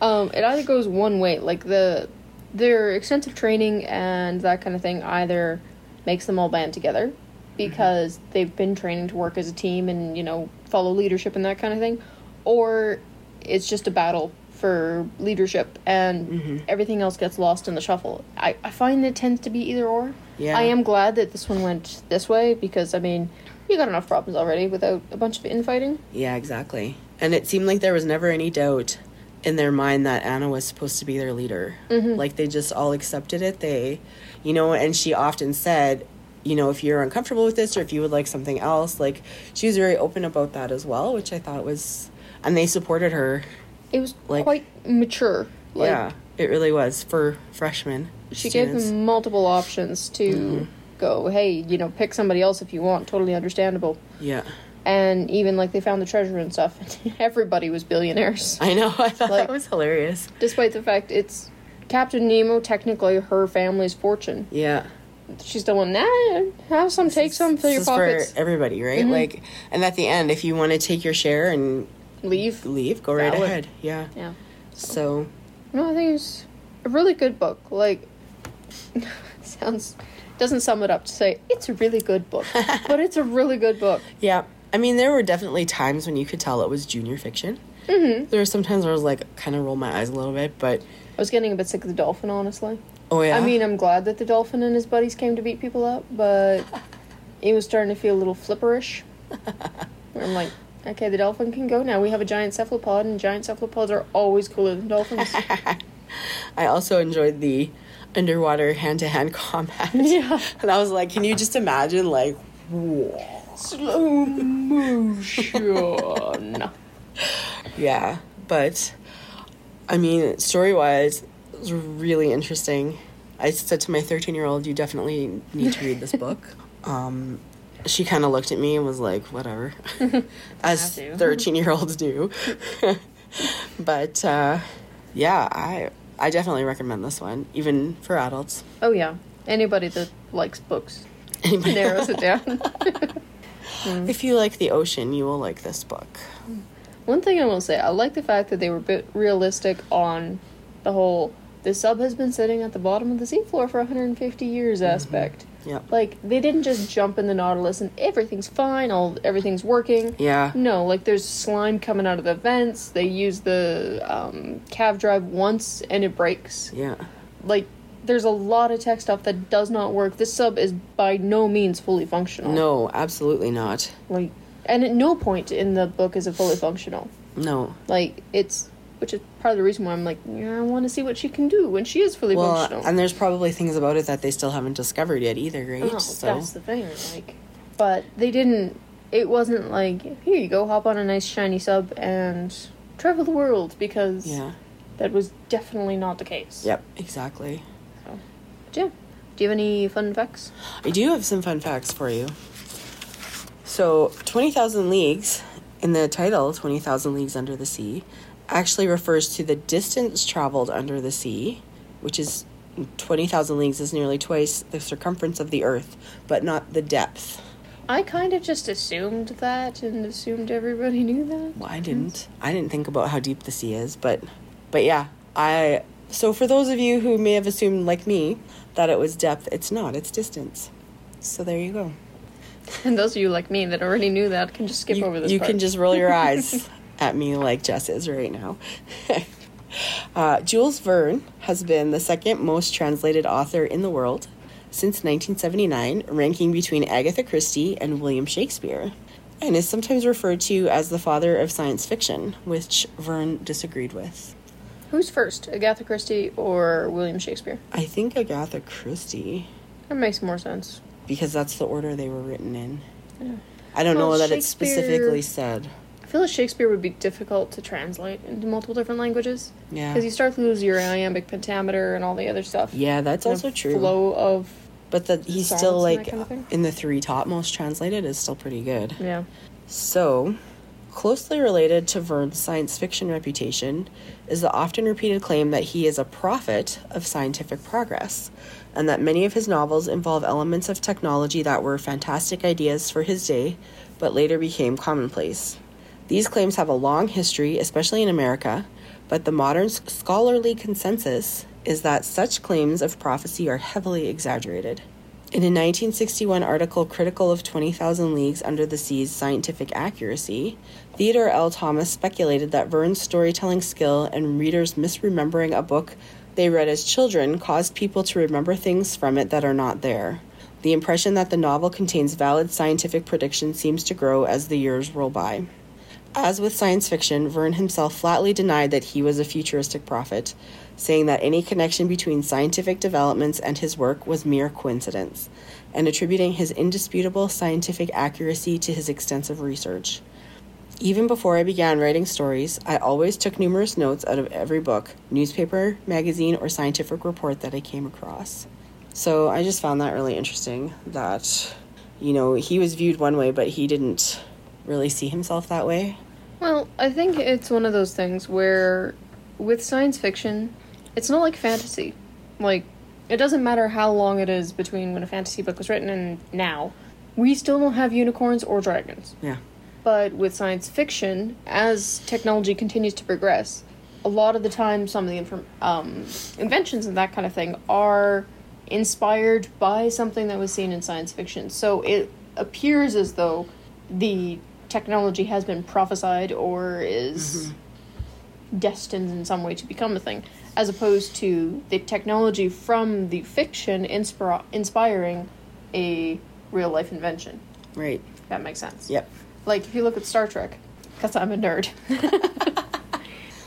[SPEAKER 1] um, it either goes one way, like, the. Their extensive training and that kind of thing either makes them all band together because they've been training to work as a team and, you know, follow leadership and that kind of thing, or it's just a battle for leadership and everything else gets lost in the shuffle. I, I find it tends to be either or.
[SPEAKER 2] Yeah.
[SPEAKER 1] I am glad that this one went this way because, I mean, you got enough problems already without a bunch of infighting.
[SPEAKER 2] Yeah, exactly. And it seemed like there was never any doubt in their mind that Anna was supposed to be their leader.
[SPEAKER 1] Mm-hmm.
[SPEAKER 2] Like they just all accepted it. They, you know, and she often said, you know, if you're uncomfortable with this or if you would like something else, like she was very open about that as well, which I thought was, and they supported her.
[SPEAKER 1] It was
[SPEAKER 2] Like-
[SPEAKER 1] quite mature. Like,
[SPEAKER 2] yeah, it really was for freshmen.
[SPEAKER 1] She
[SPEAKER 2] students. Mm-hmm.
[SPEAKER 1] gave them multiple options to go, hey, you know, pick somebody else if you want. Totally understandable.
[SPEAKER 2] Yeah,
[SPEAKER 1] And even like they found the treasure and stuff. Everybody was billionaires.
[SPEAKER 2] I know. I thought
[SPEAKER 1] Like-
[SPEAKER 2] that was hilarious.
[SPEAKER 1] Despite the fact it's Captain Nemo, technically her family's fortune.
[SPEAKER 2] Yeah.
[SPEAKER 1] She's the one, nah, have some, take some, fill your
[SPEAKER 2] This is for
[SPEAKER 1] pockets, Mm-hmm.
[SPEAKER 2] everybody, right? Like, and at the end, if you want to take your share and
[SPEAKER 1] leave.
[SPEAKER 2] leave, go right
[SPEAKER 1] Valid.
[SPEAKER 2] ahead. Yeah.
[SPEAKER 1] Yeah.
[SPEAKER 2] So
[SPEAKER 1] No, I think it's a really good book. Like, sounds, doesn't sum it up to say it's a really good book, but it's a really good book.
[SPEAKER 2] yeah, I mean, there were definitely times when you could tell it was junior fiction.
[SPEAKER 1] Mm-hmm.
[SPEAKER 2] There were some times where I was like, kind of roll my eyes a little bit, but
[SPEAKER 1] I was getting a bit sick of the dolphin, honestly.
[SPEAKER 2] oh yeah.
[SPEAKER 1] I mean, I'm glad that the dolphin and his buddies came to beat people up, but it was starting to feel a little flipperish. Where I'm like, okay, the dolphin can go now. We have a giant cephalopod, and giant cephalopods are always cooler than dolphins.
[SPEAKER 2] I also enjoyed the underwater hand to hand combat.
[SPEAKER 1] Yeah.
[SPEAKER 2] And I was like, can you just imagine, like, whoa.
[SPEAKER 1] Slow motion.
[SPEAKER 2] yeah. But I mean, story wise, it was really interesting. I said to my 13 year old, you definitely need to read this book. um, she kind of looked at me and was like, whatever, as
[SPEAKER 4] Have to.
[SPEAKER 2] 13 year olds do. but uh, yeah, I, I definitely recommend this one, even for adults.
[SPEAKER 1] oh, yeah. Anybody that likes books
[SPEAKER 2] Anybody-
[SPEAKER 1] narrows it down.
[SPEAKER 2] If you like the ocean, you will like this book.
[SPEAKER 1] One thing I will say, I like the fact that they were a bit realistic on the whole the sub has been sitting at the bottom of the seafloor for 150 years
[SPEAKER 2] Mm-hmm.
[SPEAKER 1] aspect.
[SPEAKER 2] Yep.
[SPEAKER 1] Like they didn't just jump in the Nautilus and everything's fine, all everything's working.
[SPEAKER 2] Yeah.
[SPEAKER 1] No, like there's slime coming out of the vents. They use the um, cav drive once and it breaks.
[SPEAKER 2] Yeah.
[SPEAKER 1] Like there's a lot of tech stuff that does not work. This sub is by no means fully functional.
[SPEAKER 2] No, absolutely not.
[SPEAKER 1] Like and at no point in the book is it fully functional.
[SPEAKER 2] No.
[SPEAKER 1] Like it's, which is part of the reason why I'm like, yeah, I want to see what she can do when she is fully
[SPEAKER 2] Well,
[SPEAKER 1] functional.
[SPEAKER 2] and there's probably things about it that they still haven't discovered yet either, right?
[SPEAKER 1] Oh, that's the thing. Like, but they didn't. It wasn't like here you go, hop on a nice shiny sub and travel the world because
[SPEAKER 2] yeah.
[SPEAKER 1] that was definitely not the case.
[SPEAKER 2] Yep. Exactly.
[SPEAKER 1] So, but yeah. Do you have any fun facts?
[SPEAKER 2] I do have some fun facts for you. So, 20,000 Leagues, in the title 20,000 Leagues Under the Sea, actually refers to the distance traveled under the sea, which is 20,000 leagues is nearly twice the circumference of the earth, but not the depth.
[SPEAKER 1] I kind of just assumed that and assumed everybody knew that.
[SPEAKER 2] Well, I didn't. I didn't think about how deep the sea is, but but yeah, I so for those of you who may have assumed like me that it was depth, it's not. It's distance. So there you go.
[SPEAKER 1] And those of you like me that already knew that can just skip
[SPEAKER 2] you,
[SPEAKER 1] over this.
[SPEAKER 2] you
[SPEAKER 1] part.
[SPEAKER 2] can just roll your eyes at me like Jess is right now. uh, Jules Verne has been the second most translated author in the world since 1979, ranking between Agatha Christie and William Shakespeare, and is sometimes referred to as the father of science fiction, which Verne disagreed with.
[SPEAKER 1] Who's first, Agatha Christie or William Shakespeare?
[SPEAKER 2] I think Agatha Christie,
[SPEAKER 1] That makes more sense.
[SPEAKER 2] because that's the order they were written in.
[SPEAKER 1] Yeah.
[SPEAKER 2] I don't
[SPEAKER 1] Well,
[SPEAKER 2] know that it's
[SPEAKER 1] Shakespeare-
[SPEAKER 2] specifically said.
[SPEAKER 1] I feel like Shakespeare would be difficult to translate into multiple different languages.
[SPEAKER 2] Yeah.
[SPEAKER 1] Because you start to lose your iambic pentameter and all the other stuff.
[SPEAKER 2] Yeah, that's
[SPEAKER 1] The
[SPEAKER 2] also true.
[SPEAKER 1] Flow of
[SPEAKER 2] But that he's
[SPEAKER 1] songs
[SPEAKER 2] still
[SPEAKER 1] and that
[SPEAKER 2] like
[SPEAKER 1] kind of thing?
[SPEAKER 2] in the three top most translated is still pretty good.
[SPEAKER 1] yeah.
[SPEAKER 2] So, closely related to Verne's science fiction reputation is the often repeated claim that he is a prophet of scientific progress, and that many of his novels involve elements of technology that were fantastic ideas for his day, but later became commonplace. These claims have a long history, especially in America, but the modern s- scholarly consensus is that such claims of prophecy are heavily exaggerated. In a 1961 article critical of 20,000 Leagues Under the Sea's scientific accuracy, Theodore L. Thomas speculated that Verne's storytelling skill and readers misremembering a book they read as children caused people to remember things from it that are not there. The impression that the novel contains valid scientific predictions seems to grow as the years roll by. As with science fiction, Verne himself flatly denied that he was a futuristic prophet, saying that any connection between scientific developments and his work was mere coincidence, and attributing his indisputable scientific accuracy to his extensive research. Even before I began writing stories, I always took numerous notes out of every book, newspaper, magazine, or scientific report that I came across. So I just found that really interesting that, you know, he was viewed one way, but he didn't really see himself that way.
[SPEAKER 1] Well, I think it's one of those things where with science fiction, it's not like fantasy. Like it doesn't matter how long it is between when a fantasy book was written and now. We still don't have unicorns or dragons.
[SPEAKER 2] Yeah.
[SPEAKER 1] But with science fiction, as technology continues to progress, a lot of the time some of the inform- um, inventions and that kind of thing are inspired by something that was seen in science fiction. So it appears as though the technology has been prophesied or is destined in some way to become a thing, as opposed to the technology from the fiction inspira- inspiring a real life invention.
[SPEAKER 2] Right.
[SPEAKER 1] If that makes sense.
[SPEAKER 2] Yep.
[SPEAKER 1] Like if you look at Star Trek, because I'm a nerd.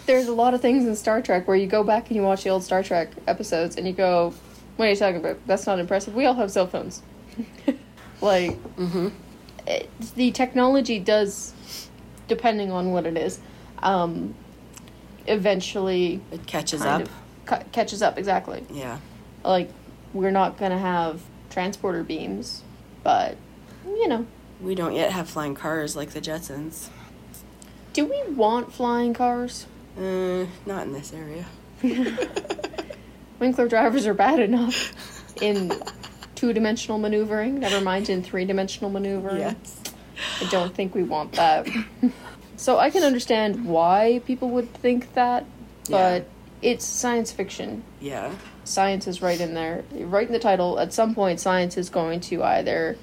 [SPEAKER 1] There's a lot of things in Star Trek where you go back and you watch the old Star Trek episodes and you go, "What are you talking about? That's not impressive. We all have cell phones." like,
[SPEAKER 2] Mm-hmm.
[SPEAKER 1] it, the technology does, depending on what it is, um, eventually
[SPEAKER 2] It catches
[SPEAKER 1] kind
[SPEAKER 2] up.
[SPEAKER 1] of ca- catches up exactly.
[SPEAKER 2] Yeah.
[SPEAKER 1] Like, we're not gonna have transporter beams, but you know,
[SPEAKER 2] We don't yet have flying cars like the Jetsons.
[SPEAKER 1] do we want flying cars?
[SPEAKER 2] Uh, not in this area.
[SPEAKER 1] Winkler drivers are bad enough in two dimensional maneuvering, never mind in three dimensional maneuvering. I don't think we want that. so I can understand why people would think that, but it's science fiction.
[SPEAKER 2] Yeah.
[SPEAKER 1] Science is right in there. Right in the title, at some point, science is going to either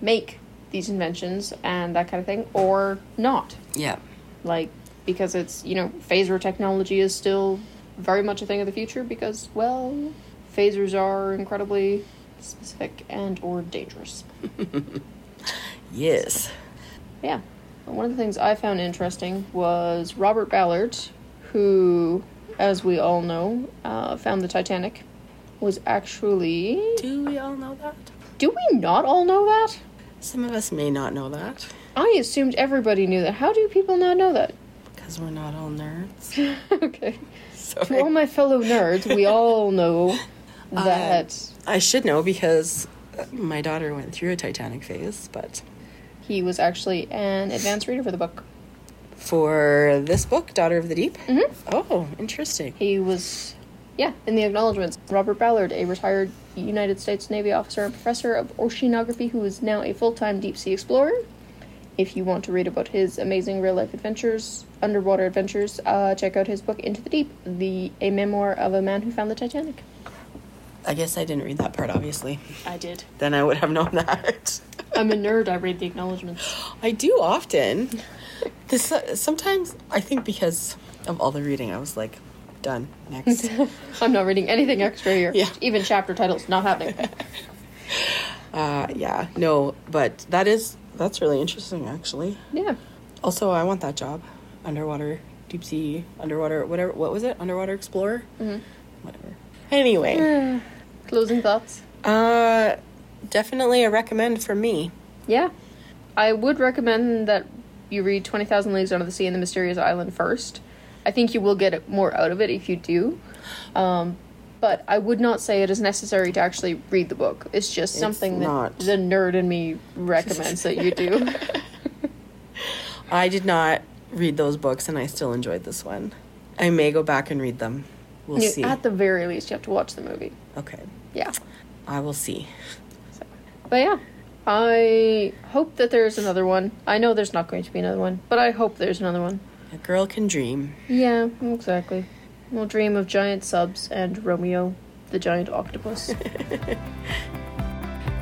[SPEAKER 1] make these inventions and that kind of thing, or not
[SPEAKER 2] Yeah.
[SPEAKER 1] like because it's you know phaser technology is still very much a thing of the future because well phasers are incredibly specific and or dangerous
[SPEAKER 2] Yes.
[SPEAKER 1] yeah one of the things i found interesting was robert ballard who as we all know uh, found the titanic was actually
[SPEAKER 2] Do we all know that?
[SPEAKER 1] do we not all know that
[SPEAKER 2] Some of us may not know that
[SPEAKER 1] i assumed everybody knew that how do people not know that
[SPEAKER 2] because we're not all nerds.
[SPEAKER 1] okay to all
[SPEAKER 2] Sorry.
[SPEAKER 1] my fellow nerds we all know
[SPEAKER 2] Uh,
[SPEAKER 1] that
[SPEAKER 2] I should know because my daughter went through a Titanic phase, but
[SPEAKER 1] He was actually an advanced reader for the book.
[SPEAKER 2] for this book, Daughter of the Deep.
[SPEAKER 1] Mm-hmm.
[SPEAKER 2] Oh, interesting.
[SPEAKER 1] He was, yeah, in the acknowledgments. Robert Ballard, a retired United States Navy officer and professor of oceanography who is now a full time deep sea explorer. If you want to read about his amazing real life adventures, underwater adventures, uh, check out his book Into the Deep, the a memoir of a man who found the Titanic.
[SPEAKER 2] I guess I didn't read that part, obviously.
[SPEAKER 1] I did.
[SPEAKER 2] Then I would have known that.
[SPEAKER 1] I'm a nerd. I read the acknowledgments.
[SPEAKER 2] I do often. This uh, sometimes I think because of all the reading, I was like, done. Next.
[SPEAKER 1] I'm not reading anything extra here.
[SPEAKER 2] Yeah.
[SPEAKER 1] Even chapter titles, not happening.
[SPEAKER 2] uh, yeah. No, but that is that's really interesting, actually.
[SPEAKER 1] yeah.
[SPEAKER 2] Also, I want that job, underwater, deep sea, underwater, whatever. What was it? Underwater explorer. Mm-hmm. Whatever. Anyway,
[SPEAKER 1] Closing thoughts.
[SPEAKER 2] uh, definitely a recommend for me.
[SPEAKER 1] Yeah. I would recommend that you read 20,000 Leagues Under the Sea and The Mysterious Island first. I think you will get more out of it if you do. Um, but I would not say it is necessary to actually read the book. It's just something that
[SPEAKER 2] not.
[SPEAKER 1] the nerd in me recommends that you do.
[SPEAKER 2] I did not read those books, and I still enjoyed this one. I may go back and read them. We'll
[SPEAKER 1] You-
[SPEAKER 2] see.
[SPEAKER 1] At the very least, you have to watch the movie.
[SPEAKER 2] okay,
[SPEAKER 1] Yeah.
[SPEAKER 2] I will see.
[SPEAKER 1] So. But yeah, I hope that there's another one. I know there's not going to be another one, but I hope there's another one.
[SPEAKER 2] A girl can dream.
[SPEAKER 1] Yeah, exactly. We'll dream of giant subs and Romeo, the giant octopus.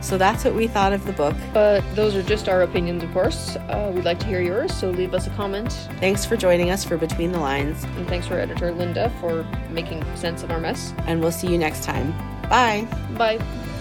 [SPEAKER 2] So that's what we thought of the book.
[SPEAKER 1] but those are just our opinions, of course. Uh, we'd like to hear yours, so leave us a comment.
[SPEAKER 2] Thanks for joining us for Between the Lines,
[SPEAKER 1] And thanks for editor Linda for making sense of our mess.
[SPEAKER 2] and we'll see you next time. Bye.
[SPEAKER 1] Bye.